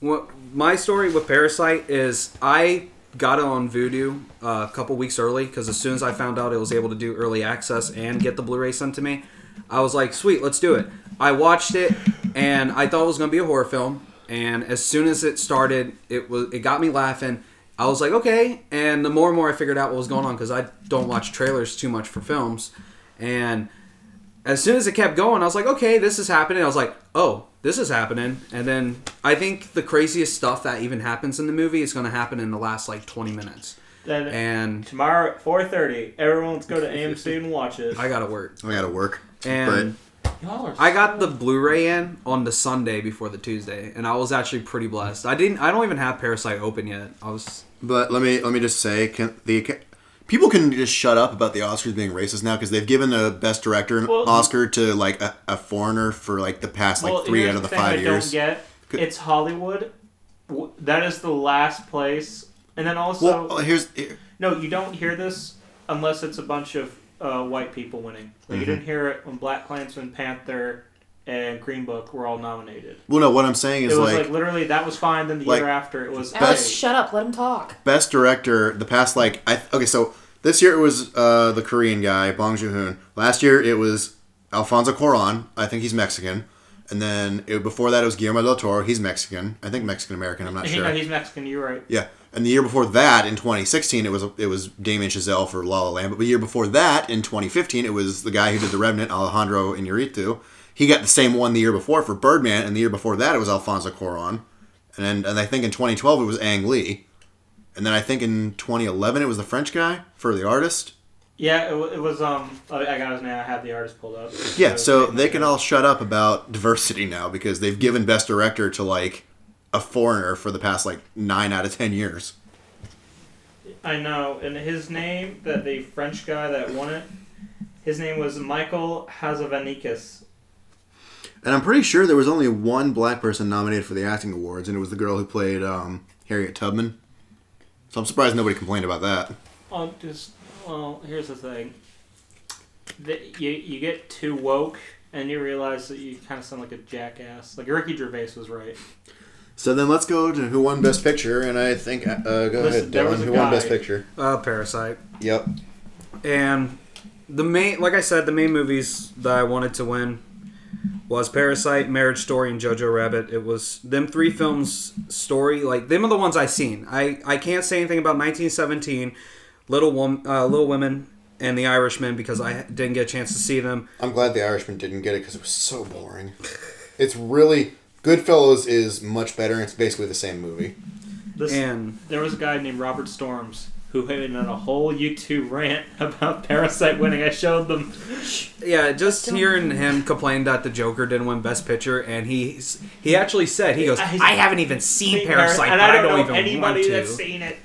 Speaker 3: what my story with Parasite is I got it on Vudu uh, a couple weeks early because as soon as I found out it was able to do early access and get the Blu-ray sent to me, I was like, "Sweet, let's do it." I watched it and I thought it was going to be a horror film, and as soon as it started, it was it got me laughing. I was like, "Okay," and the more and more I figured out what was going on because I don't watch trailers too much for films, and as soon as it kept going, I was like, okay, this is happening. I was like, oh, this is happening. And then I think the craziest stuff that even happens in the movie is going to happen in the last like 20 minutes.
Speaker 2: Then
Speaker 3: And
Speaker 2: tomorrow at four thirty, everyone let's go to AMC and watch it.
Speaker 3: I got to work.
Speaker 1: I gotta work.
Speaker 3: And
Speaker 2: Y'all are
Speaker 3: I got
Speaker 2: so-
Speaker 3: the Blu-ray in on the Sunday before the Tuesday, and I was actually pretty blessed. I didn't. I don't even have Parasite open yet. I was.
Speaker 1: But let me let me just say, can, the people can just shut up about the Oscars being racist now because they've given the best director an
Speaker 2: Well-
Speaker 1: Oscar to like a, a foreigner for like the past like
Speaker 2: Well,
Speaker 1: three
Speaker 2: here's
Speaker 1: out of the
Speaker 2: thing
Speaker 1: five
Speaker 2: I
Speaker 1: years.
Speaker 2: Don't get
Speaker 1: Good.
Speaker 2: it's Hollywood. W- That is the last place, and then also
Speaker 1: well, here's here-
Speaker 2: No, you don't hear this unless it's a bunch of uh, white people winning. Like
Speaker 1: Mm-hmm.
Speaker 2: you didn't hear it when Black Klansman, Panther, and Green Book were all nominated.
Speaker 1: well, no, what I'm saying
Speaker 2: It
Speaker 1: is
Speaker 2: was like,
Speaker 1: like,
Speaker 2: literally that was fine. Then the
Speaker 1: like,
Speaker 2: year after, it was
Speaker 4: Alex,
Speaker 2: hey,
Speaker 4: shut up. Let him talk.
Speaker 1: best director the past like I okay so this year it was uh, the Korean guy Bong Joon Ho. Last year it was Alfonso Cuarón. I think he's Mexican. And then it, before that it was Guillermo del Toro. He's Mexican. I think Mexican American. I'm not
Speaker 2: he-
Speaker 1: sure.
Speaker 2: no, he's Mexican. You're right.
Speaker 1: Yeah, and the year before that, in 2016, it was it was Damien Chazelle for La La Land. But the year before that, in 2015, it was the guy who did The Revenant, Alejandro Inarritu. He got the same one the year before for Birdman, and the year before that, it was Alfonso Cuarón. And then, and I think in 2012 it was Ang Lee, and then I think in 2011 it was the French guy for The Artist.
Speaker 2: Yeah, it, wa- it was. Um, I I got his name. I had the artist pulled up.
Speaker 1: Yeah, so they can all shut up about diversity now because they've given Best Director to like a foreigner for the past like nine out of ten years.
Speaker 2: I know, and his name that the French guy that won it. His name was Michael Hazavanikis.
Speaker 1: And I'm pretty sure there was only one black person nominated for the acting awards, and it was the girl who played um, Harriet Tubman. So I'm surprised nobody complained about that.
Speaker 2: I'll Oh, just well, here's the thing. That you you get too woke and you realize that you kind of sound like a jackass. Like Ricky Gervais was right.
Speaker 1: So then let's go to who won Best Picture, and I think uh, go
Speaker 2: Listen,
Speaker 1: ahead,
Speaker 2: there was
Speaker 1: Dylan.
Speaker 2: a
Speaker 1: Who won
Speaker 2: guy-
Speaker 1: Best Picture?
Speaker 3: Uh, Parasite.
Speaker 1: Yep.
Speaker 3: And the main, like I said, the main movies that I wanted to win was Parasite, Marriage Story, and Jojo Rabbit. It was them three films. Story, like them are the ones I seen. I I can't say anything about 1917, Little Wom- uh, Little Women, and The Irishman because I didn't get a chance to see them.
Speaker 1: I'm glad The Irishman didn't get it because it was so boring. It's really Goodfellas is much better. and It's basically the same movie.
Speaker 2: This
Speaker 3: And
Speaker 2: there was a guy named Robert Storms who went in on a whole YouTube rant about Parasite winning. I showed them.
Speaker 3: yeah, just hearing him complain that the Joker didn't win Best Picture, and he he actually said he goes,
Speaker 2: I-
Speaker 3: I haven't even seen Parasite,
Speaker 2: and
Speaker 3: but
Speaker 2: I don't, know
Speaker 3: even
Speaker 2: anybody
Speaker 3: want to.
Speaker 2: that's seen it.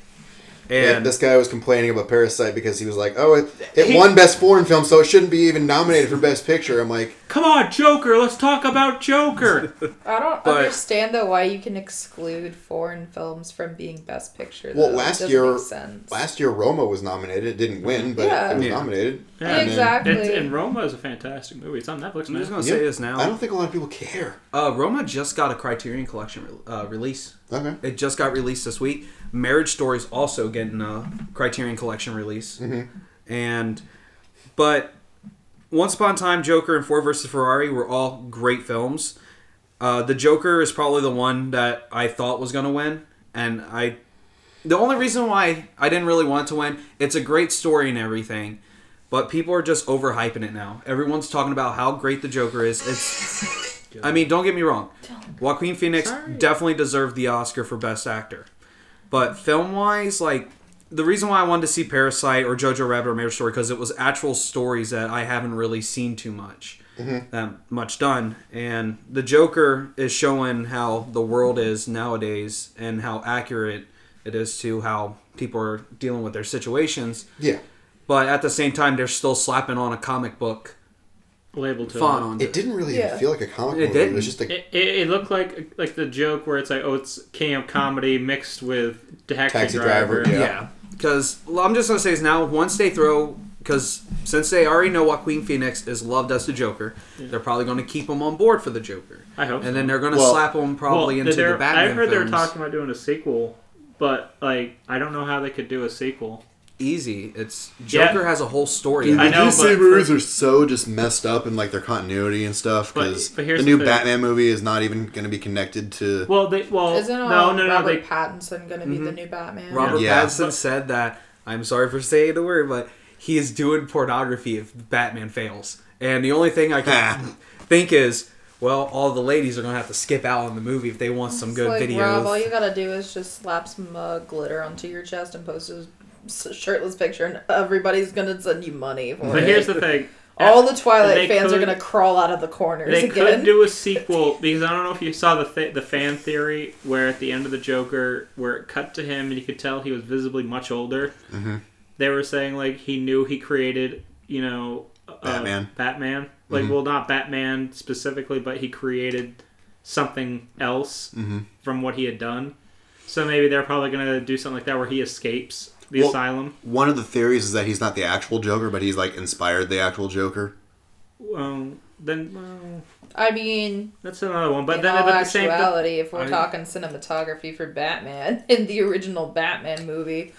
Speaker 1: Yeah,
Speaker 3: and
Speaker 1: this guy was complaining about Parasite because he was like, "Oh, it, it
Speaker 2: He-
Speaker 1: won Best Foreign Film, so it shouldn't be even nominated for Best Picture." I'm like,
Speaker 2: Come on, Joker. Let's talk about Joker.
Speaker 4: I don't
Speaker 3: But-
Speaker 4: understand though why you can exclude foreign films from being best picture.
Speaker 1: Well,
Speaker 4: though. It
Speaker 1: last
Speaker 4: doesn't
Speaker 1: year-
Speaker 4: make sense.
Speaker 1: last year Roma was nominated. It didn't win, but
Speaker 4: Yeah.
Speaker 1: it was
Speaker 3: Yeah.
Speaker 1: nominated.
Speaker 2: Yeah,
Speaker 1: And then-
Speaker 4: exactly.
Speaker 2: It's, and Roma is a fantastic movie. It's on Netflix
Speaker 3: I'm just
Speaker 2: now.
Speaker 3: gonna
Speaker 1: Yeah.
Speaker 3: say this now.
Speaker 1: I don't think a lot of people care.
Speaker 3: Uh, Roma just got a Criterion Collection re- uh, release.
Speaker 1: Okay.
Speaker 3: It just got released this week. Marriage Story's also getting a Criterion Collection release. And, but Once Upon a Time, Joker, and Ford vs. Ferrari were all great films. Uh, the Joker is probably the one that I thought was going to win. And I, the only reason why I didn't really want it to win, it's a great story and everything. But people are just overhyping it now. Everyone's talking about how great the Joker is. It's, I mean, don't get me wrong. Joaquin Phoenix
Speaker 2: Sorry.
Speaker 3: definitely deserved the Oscar for Best Actor. But film wise, like the reason why I wanted to see Parasite or Jojo Rabbit or Marriage Story because it was actual stories that I haven't really seen too much, um, much done. And the Joker is showing how the world is nowadays and how accurate it is to how people are dealing with their situations.
Speaker 1: Yeah.
Speaker 3: But at the same time, they're still slapping on a comic book
Speaker 2: Labeled to
Speaker 3: font
Speaker 2: it.
Speaker 3: on
Speaker 1: It didn't really
Speaker 4: Yeah.
Speaker 1: feel like a comic
Speaker 3: It
Speaker 1: movie. It
Speaker 3: didn't.
Speaker 1: was just a
Speaker 2: It, it, it looked like like the joke where it's like, oh, it's camp comedy mixed with taxi,
Speaker 1: Taxi
Speaker 2: driver.
Speaker 1: Driver, yeah.
Speaker 3: Yeah, because I'm just gonna say is now once they throw, because since they already know Joaquin Phoenix is loved as the Joker, they're probably gonna keep him on board for the Joker,
Speaker 2: I hope. so.
Speaker 3: and then they're gonna
Speaker 1: Well-
Speaker 3: slap him probably
Speaker 2: Well,
Speaker 3: into
Speaker 2: they're-
Speaker 3: the Batman
Speaker 2: I heard they were
Speaker 3: films.
Speaker 2: talking about doing a sequel, but like I don't know how they could do a sequel.
Speaker 3: Easy, it's
Speaker 2: Yeah.
Speaker 3: Joker has a whole story.
Speaker 1: Dude,
Speaker 2: I
Speaker 1: the
Speaker 2: know,
Speaker 1: DC
Speaker 2: but
Speaker 1: movies
Speaker 2: for-
Speaker 1: are so just messed up in like their continuity and stuff
Speaker 2: But-
Speaker 1: because
Speaker 2: but
Speaker 1: the
Speaker 2: here's
Speaker 1: new
Speaker 2: the thing.
Speaker 1: Batman movie is not even going to be connected to.
Speaker 2: Well, they well
Speaker 4: Isn't um,
Speaker 2: Oh, no no no
Speaker 4: Robert
Speaker 2: they Mm-hmm.
Speaker 4: Pattinson going to be the new Batman?
Speaker 3: Robert
Speaker 1: Yeah.
Speaker 3: Pattinson said that. I'm sorry for saying the word, but he is doing pornography if Batman fails. And the only thing I can think is, well, all the ladies are gonna have to skip out on the movie if they want some
Speaker 4: It's
Speaker 3: good
Speaker 4: like,
Speaker 3: videos.
Speaker 4: Rob, all you gotta do is just slap some uh, glitter onto your chest and post a s- shirtless picture, and everybody's gonna send you money for
Speaker 2: but
Speaker 4: it.
Speaker 2: here's the thing.
Speaker 4: all the Twilight
Speaker 2: They
Speaker 4: fans are
Speaker 2: could-
Speaker 4: gonna crawl out of the corners
Speaker 2: they
Speaker 4: again.
Speaker 2: could do a sequel because I don't know if you saw the th- the fan theory where at the end of the Joker, where it cut to him and you could tell he was visibly much older.
Speaker 4: Mm-hmm.
Speaker 2: They were saying like he knew he created you know uh,
Speaker 1: Batman.
Speaker 2: Batman like
Speaker 4: Mm-hmm.
Speaker 2: well not Batman specifically, but he created something else
Speaker 4: Mm-hmm.
Speaker 2: from what he had done. So maybe they're probably gonna do something like that where he escapes the
Speaker 1: Well-
Speaker 2: asylum.
Speaker 1: One of the theories is that he's not the actual Joker, but he's like inspired the actual Joker.
Speaker 2: Um, then well,
Speaker 4: I mean,
Speaker 2: that's another one. But
Speaker 4: in
Speaker 2: then
Speaker 4: all
Speaker 2: but the same. but-
Speaker 4: actuality, if we're
Speaker 3: I-
Speaker 4: talking cinematography for Batman in the original Batman movie,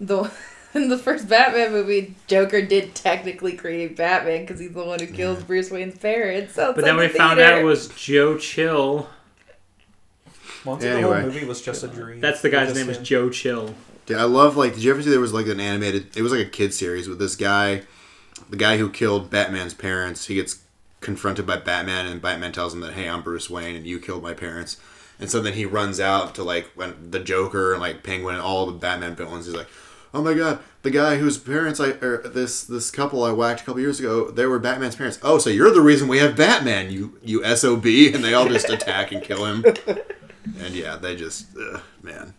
Speaker 4: the in the first Batman movie, Joker did technically create Batman because he's the one who kills Bruce Wayne's parents. So it's
Speaker 2: But then we
Speaker 4: like a
Speaker 2: found
Speaker 4: theater.
Speaker 2: out it was Joe Chill.
Speaker 3: Once
Speaker 1: the whole Anyway.
Speaker 3: movie was just a dream.
Speaker 2: That's the guy's name is Joe Chill.
Speaker 1: Dude, I love like. Did you ever see there was like an animated? It was like a kid series with this guy, the guy who killed Batman's parents. He gets confronted by Batman, and Batman tells him that, "Hey, I'm Bruce Wayne, and you killed my parents." And so then he runs out to like when the Joker and like Penguin and all the Batman villains. He's like, "Oh my god, the guy whose parents I or this this couple I whacked a couple years ago, they were Batman's parents. Oh, so you're the reason we have Batman, you you sob." And they all just attack and kill him. And yeah, they just ugh, man.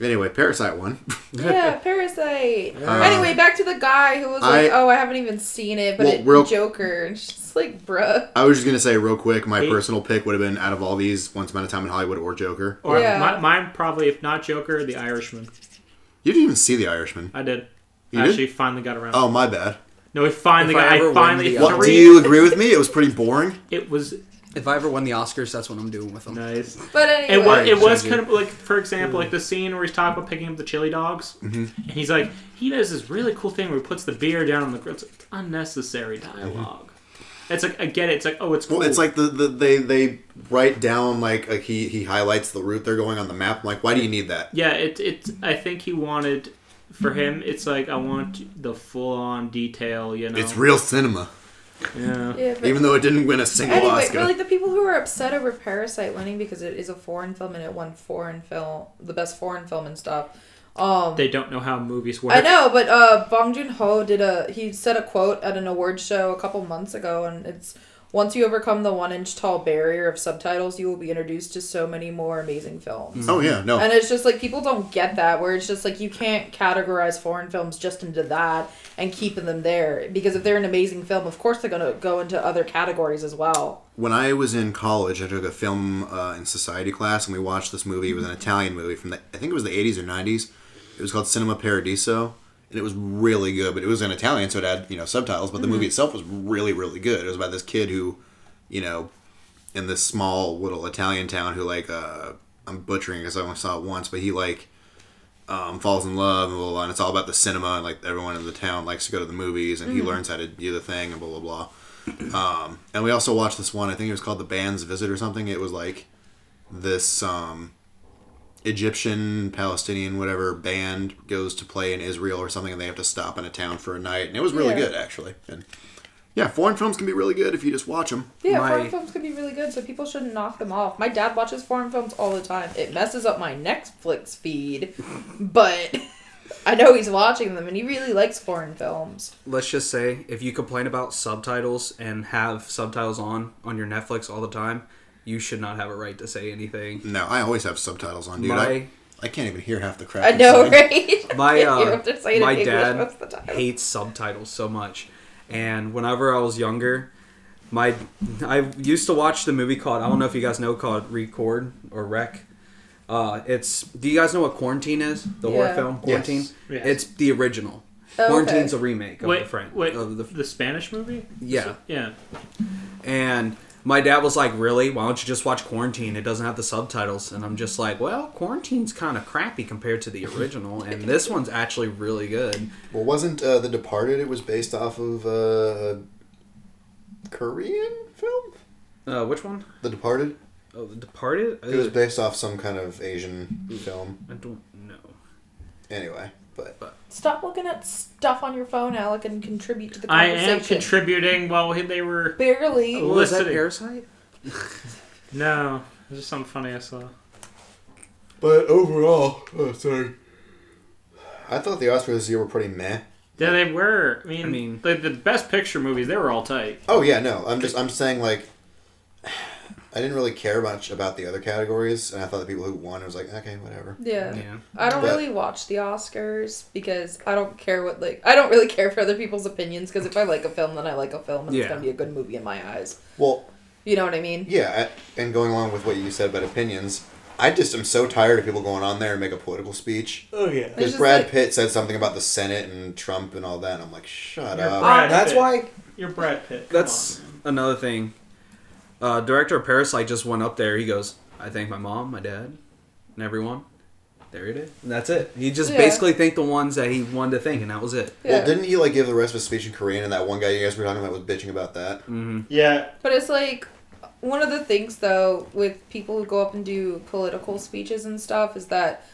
Speaker 1: Anyway, Parasite won.
Speaker 4: yeah, Parasite.
Speaker 2: Uh,
Speaker 4: anyway, back to the guy who was
Speaker 1: I-
Speaker 4: like, "Oh, I haven't even seen it, but
Speaker 1: Well,
Speaker 4: it,
Speaker 1: real-
Speaker 4: Joker." And she's like, "Bruh."
Speaker 1: I was just gonna say real quick, my
Speaker 2: Hey.
Speaker 1: personal pick would have been out of all these, Once Upon a Time in Hollywood or Joker.
Speaker 2: Or
Speaker 4: Yeah.
Speaker 2: mi- mine probably, if not Joker, the Irishman.
Speaker 1: You didn't even see The Irishman.
Speaker 2: I did.
Speaker 1: You
Speaker 2: I
Speaker 1: did?
Speaker 2: actually finally got around.
Speaker 1: Oh, my bad.
Speaker 2: No, we finally
Speaker 3: If I
Speaker 2: got.
Speaker 3: ever
Speaker 2: I,
Speaker 3: win
Speaker 2: finally
Speaker 3: the
Speaker 1: What,
Speaker 2: three.
Speaker 1: do you agree with me? It was pretty boring.
Speaker 2: It was
Speaker 3: If I ever won the Oscars, that's what I'm doing with them.
Speaker 2: nice.
Speaker 4: But anyway,
Speaker 2: It was, it was
Speaker 3: Judgy.
Speaker 2: kind of like, for example, like the scene where he's talking about picking up the chili dogs,
Speaker 1: Mm-hmm.
Speaker 2: and he's like, he does this really cool thing where he puts the beer down on the grill. It's like, unnecessary dialog It's like I get it. It's like oh, it's cool.
Speaker 1: Mm-hmm. Well, it's like the, the they they write down like, like he he highlights the route they're going on the map. I'm like, why do you need that?
Speaker 2: yeah. It it's. I think he wanted for him. It's like I want the full on detail. You know,
Speaker 1: It's real cinema,
Speaker 2: Yeah.
Speaker 4: yeah, but
Speaker 1: even though it didn't win a single
Speaker 4: anyway,
Speaker 1: Oscar.
Speaker 4: but like the people who are upset over Parasite winning because it is a foreign film and it won foreign film, the best foreign film and stuff. Um,
Speaker 2: They don't know how movies work.
Speaker 4: I know, but uh, Bong Joon Ho did a he said a quote at an award show a couple months ago, and it's once you overcome the one inch tall barrier of subtitles, you will be introduced to so many more amazing films.
Speaker 1: oh yeah, no.
Speaker 4: And it's just like people don't get that, where it's just like you can't categorize foreign films just into that and keeping them there because if they're an amazing film, of course they're gonna go into other categories as well.
Speaker 1: when I was in college, I took a film uh, in society class, and we watched this movie. It was an Italian movie from the I think it was the '80s or '90s. It was called Cinema Paradiso, and it was really good. But it was in Italian, so it had you know subtitles. But the movie itself was really, really good. It was about this kid who, you know, in this small little Italian town who like uh, I'm butchering because I only saw it once, but he like um, falls in love and blah, blah blah. And it's all about the cinema and like everyone in the town likes to go to the movies, and he learns how to do the thing and blah blah blah. Um, and we also watched this one. I think it was called The Band's Visit or something. It was like this um, Egyptian, Palestinian, whatever band goes to play in Israel or something, and they have to stop in a town for a night. And it was really
Speaker 4: Yeah.
Speaker 1: good, actually. And yeah, foreign films can be really good if you just watch them.
Speaker 4: Yeah,
Speaker 3: My-
Speaker 4: foreign films could be really good, so people shouldn't knock them off. My dad watches foreign films all the time. It messes up my Netflix feed, but I know he's watching them and he really likes foreign films.
Speaker 3: Let's just say if you complain about subtitles and have subtitles on on your Netflix all the time, you should not have a right to say anything.
Speaker 1: No, I always have subtitles on, dude. I,
Speaker 3: My
Speaker 1: I can't even hear half the crap.
Speaker 4: I
Speaker 1: you're
Speaker 4: know,
Speaker 1: saying.
Speaker 4: right?
Speaker 3: my
Speaker 4: You know
Speaker 3: uh,
Speaker 4: what they're saying in
Speaker 3: my
Speaker 4: English
Speaker 3: dad
Speaker 4: most of the time.
Speaker 3: hates subtitles so much, and whenever I was younger, my I used to watch the movie called I don't know if you guys know called Record or Wreck. Uh, it's do you guys know what Quarantine is? The horror
Speaker 4: Yeah.
Speaker 3: film Quarantine.
Speaker 2: Yes.
Speaker 3: It's the original.
Speaker 4: Oh, okay.
Speaker 3: Quarantine's a remake of
Speaker 2: Wait,
Speaker 3: the French.
Speaker 2: wait,
Speaker 3: Of
Speaker 2: the,
Speaker 3: the,
Speaker 2: Spanish movie?
Speaker 3: yeah.
Speaker 2: Yeah.
Speaker 3: And my dad was like, "Really? Why don't you just watch Quarantine? It doesn't have the subtitles." And I'm just like, "Well, Quarantine's kind of crappy compared to the original, and this one's actually really good."
Speaker 1: Well, wasn't uh, The Departed? It was based off of uh, Korean film.
Speaker 3: Uh, which one?
Speaker 1: The Departed.
Speaker 3: Oh, The Departed.
Speaker 1: It was based off some kind of Asian film.
Speaker 3: I don't know.
Speaker 1: Anyway, but
Speaker 4: Stop looking at stuff on your phone, Alec, and contribute to the
Speaker 2: I
Speaker 4: conversation.
Speaker 2: am contributing while he- they were.
Speaker 4: Barely.
Speaker 2: Oh.
Speaker 3: Was that
Speaker 2: Listening.
Speaker 3: Parasite?
Speaker 2: No, it was just something funny I saw.
Speaker 1: but overall, oh, sorry. I thought the Oscars this year were pretty meh.
Speaker 2: Yeah, they were. I mean,
Speaker 3: I mean-
Speaker 2: the, the best picture movies, they were all tight.
Speaker 1: Oh yeah, no. I'm just I'm saying like I didn't really care much about the other categories, and I thought the people who won I was like okay, whatever.
Speaker 4: Yeah.
Speaker 3: Yeah.
Speaker 4: I don't
Speaker 1: But-
Speaker 4: really watch the Oscars because I don't care what like I don't really care for other people's opinions because if I like a film then I like a film and
Speaker 3: Yeah.
Speaker 4: it's gonna be a good movie in my eyes.
Speaker 1: Well,
Speaker 4: You know what I mean?
Speaker 1: yeah, I, and going along with what you said about opinions, I just am so tired of people going on there and make a political speech.
Speaker 2: Oh, yeah.
Speaker 4: It's
Speaker 1: Because
Speaker 4: just
Speaker 1: Brad
Speaker 4: like-
Speaker 1: Pitt said something about the Senate and Trump and all that, and I'm like, shut
Speaker 2: You're
Speaker 1: up.
Speaker 2: Brad
Speaker 3: Oh, That's
Speaker 2: Pitt.
Speaker 3: why.
Speaker 2: You're Brad Pitt. Come
Speaker 3: That's another thing. Uh, director of Parasite just went up there. He goes, "I thank my mom, my dad, and everyone." There it is. And that's it. He just
Speaker 4: Yeah.
Speaker 3: basically thanked the ones that he wanted to thank, and that was it.
Speaker 1: Well, didn't he like give the rest of his speech in Korean, and that one guy you guys were talking about was bitching about that?
Speaker 3: Mm-hmm.
Speaker 2: on. Yeah.
Speaker 4: But it's like one of the things though with people who go up and do political speeches and stuff is that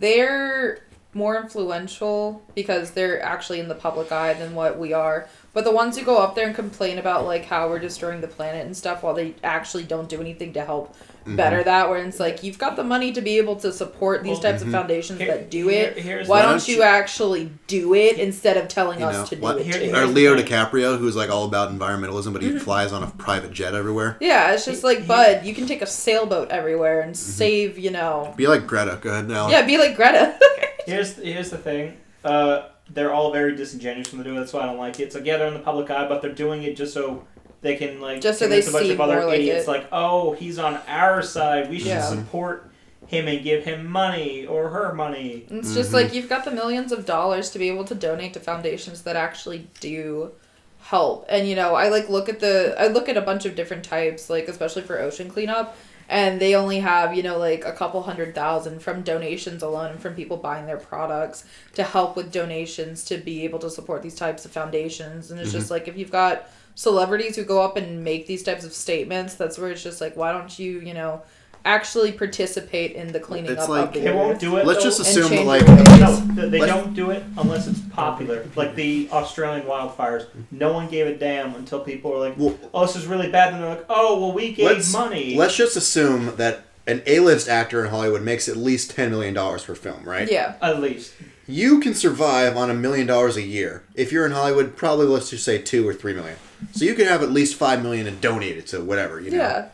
Speaker 4: they're more influential because they're actually in the public eye than what we are. But the ones who go up there and complain about like how we're destroying the planet and stuff while they actually don't do anything to help
Speaker 1: Mm-hmm.
Speaker 4: better that where it's like you've got the money to be able to support these types of foundations
Speaker 2: Here-
Speaker 4: that do
Speaker 2: here-
Speaker 4: it.
Speaker 2: here's
Speaker 4: Why
Speaker 1: mm-hmm. Why
Speaker 4: don't
Speaker 1: don't
Speaker 4: you
Speaker 1: you-
Speaker 4: actually do it instead of telling
Speaker 1: You
Speaker 4: us
Speaker 1: know,
Speaker 4: to do
Speaker 1: what-
Speaker 4: it
Speaker 2: Here-
Speaker 4: too?
Speaker 2: here-
Speaker 1: Or Leo DiCaprio, who's like all about environmentalism, but he
Speaker 4: Mm-hmm.
Speaker 1: flies on a private jet everywhere.
Speaker 4: Yeah, it's just
Speaker 2: He- Mm-hmm.
Speaker 4: like, bud, you can take a sailboat everywhere and save, you know.
Speaker 1: Be like Greta. Go ahead
Speaker 2: Uh,
Speaker 1: now.
Speaker 4: Yeah, be like Greta.
Speaker 2: Here's here's the thing. Uh, they're all very disingenuous when they do it. That's why I don't like it. It's like yeah, they're in the public eye, but they're doing it just so they can like
Speaker 4: Just so
Speaker 2: convince
Speaker 4: they
Speaker 2: a bunch
Speaker 4: seem
Speaker 2: of other
Speaker 4: more like
Speaker 2: idiots.
Speaker 4: it.
Speaker 2: Like oh, he's on our side. We should
Speaker 4: Yeah.
Speaker 2: support him and give him money or her money.
Speaker 4: It's
Speaker 1: Mm-hmm.
Speaker 4: just like you've got the millions of dollars to be able to donate to foundations that actually do help. And you know, I like look at the I look at a bunch of different types, like especially for ocean cleanup, and they only have, you know, like a couple hundred thousand from donations alone and from people buying their products to help with donations to be able to support these types of foundations. And it's
Speaker 1: Mm-hmm.
Speaker 4: just like if you've got celebrities who go up and make these types of statements, that's where it's just like why don't you, you know, actually participate in the cleaning
Speaker 1: It's
Speaker 4: up
Speaker 1: like-
Speaker 4: of the
Speaker 2: They won't
Speaker 4: earth?
Speaker 2: do it.
Speaker 1: Let's
Speaker 2: though.
Speaker 1: just
Speaker 4: And
Speaker 1: assume that
Speaker 4: change
Speaker 1: like
Speaker 4: your ways.
Speaker 2: No, th- they
Speaker 1: Let's-
Speaker 2: don't do it unless it's popular. Like the Australian wildfires, no one gave a damn until people were like,
Speaker 1: Well-
Speaker 2: "Oh, this is really bad." And they're like, "Oh, well, we gave
Speaker 1: let's
Speaker 2: money."
Speaker 1: let's just assume that an A-list actor in Hollywood makes at least ten million dollars per film, right?
Speaker 4: Yeah.
Speaker 2: At least
Speaker 1: You can survive on a million dollars a year. If you're in Hollywood, probably let's just say two or three million. So you could have at least five million and donate it to whatever, you know.
Speaker 4: Yeah.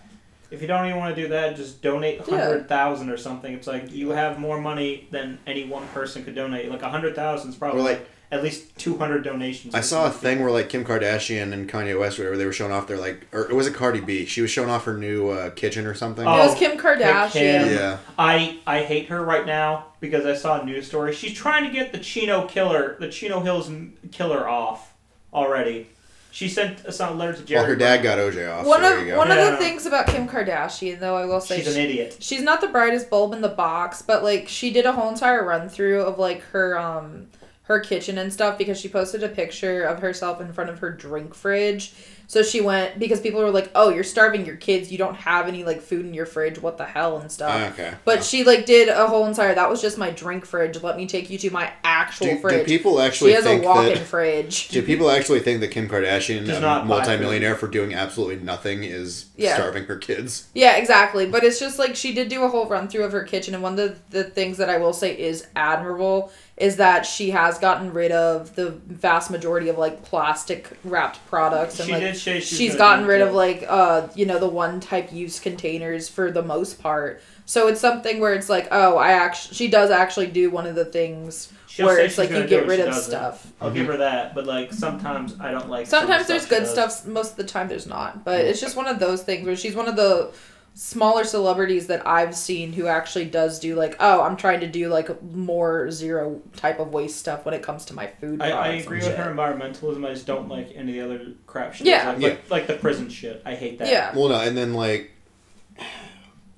Speaker 2: if you don't even want to do that, just donate
Speaker 4: Yeah.
Speaker 2: hundred thousand or something. It's like you have more money than any one person could donate. Like a hundred thousand is probably
Speaker 1: Or,
Speaker 2: like,
Speaker 1: like-
Speaker 2: at least two hundred donations.
Speaker 1: I saw a thing where like Kim Kardashian and Kanye West, or whatever, they were showing off their like, or was it Cardi B? She was showing off her new uh, kitchen or something.
Speaker 2: Oh,
Speaker 4: it was Kim Kardashian.
Speaker 2: Kim.
Speaker 1: yeah.
Speaker 2: I I hate her right now because I saw a news story. She's trying to get the Chino killer, the Chino Hills m- killer, off already. She sent us a letter to Jerry.
Speaker 1: Well, her dad got OJ off.
Speaker 4: One
Speaker 1: so Oh, there
Speaker 4: of
Speaker 1: you go.
Speaker 4: one of
Speaker 2: Yeah.
Speaker 4: the things about Kim Kardashian, though, I will say
Speaker 2: She's an
Speaker 4: she-
Speaker 2: idiot.
Speaker 4: she's not the brightest bulb in the box, but like she did a whole entire run through of like her um her kitchen and stuff because she posted a picture of herself in front of her drink fridge. So she went because people were like, "Oh, you're starving your kids. You don't have any like food in your fridge. What the hell?" and stuff.
Speaker 1: Ah, okay.
Speaker 4: But she like did a whole entire that was just my drink fridge. Let me take you to my actual
Speaker 1: do, do
Speaker 4: fridge.
Speaker 1: people
Speaker 4: she
Speaker 1: actually
Speaker 4: has a
Speaker 1: think
Speaker 4: walk-in
Speaker 1: that?
Speaker 4: fridge.
Speaker 1: Do people actually think that Kim Kardashian,
Speaker 2: Does
Speaker 1: a
Speaker 2: not buy
Speaker 1: multimillionaire, for doing absolutely nothing, is
Speaker 4: Yeah.
Speaker 1: starving her kids?
Speaker 4: Yeah, exactly. But it's just like she did do a whole run through of her kitchen, and one of the, the things that I will say is admirable is that she has gotten rid of the vast majority of like plastic wrapped products. And,
Speaker 2: She
Speaker 4: like,
Speaker 2: did say she's
Speaker 4: she's
Speaker 2: gonna
Speaker 4: gotten
Speaker 2: do
Speaker 4: rid
Speaker 2: it.
Speaker 4: of like uh you know the one type use containers for the most part. So it's something where it's like oh I actually she does actually do one of the things
Speaker 2: She'll
Speaker 4: where
Speaker 2: say
Speaker 4: it's
Speaker 2: she's
Speaker 4: like
Speaker 2: gonna
Speaker 4: you
Speaker 2: do
Speaker 4: get
Speaker 2: it,
Speaker 4: rid
Speaker 2: she
Speaker 4: of
Speaker 2: doesn't.
Speaker 4: stuff.
Speaker 2: I'll give her that, but like sometimes I don't like. some of the
Speaker 4: Sometimes there's
Speaker 2: stuff she
Speaker 4: good
Speaker 2: does. Mm.
Speaker 4: stuff. Most of the time, there's not. But it's just one of those things where she's one of the smaller celebrities that I've seen who actually does do like, oh, I'm trying to do like more zero type of waste stuff when it comes to my food.
Speaker 2: I, I
Speaker 4: products and
Speaker 2: agree with
Speaker 4: shit.
Speaker 2: her environmentalism. I just don't like any of the other crap she
Speaker 4: Mm-hmm. Yeah.
Speaker 2: does. Like, like, like the prison shit. I hate that.
Speaker 4: Yeah.
Speaker 1: Well, no, and then like,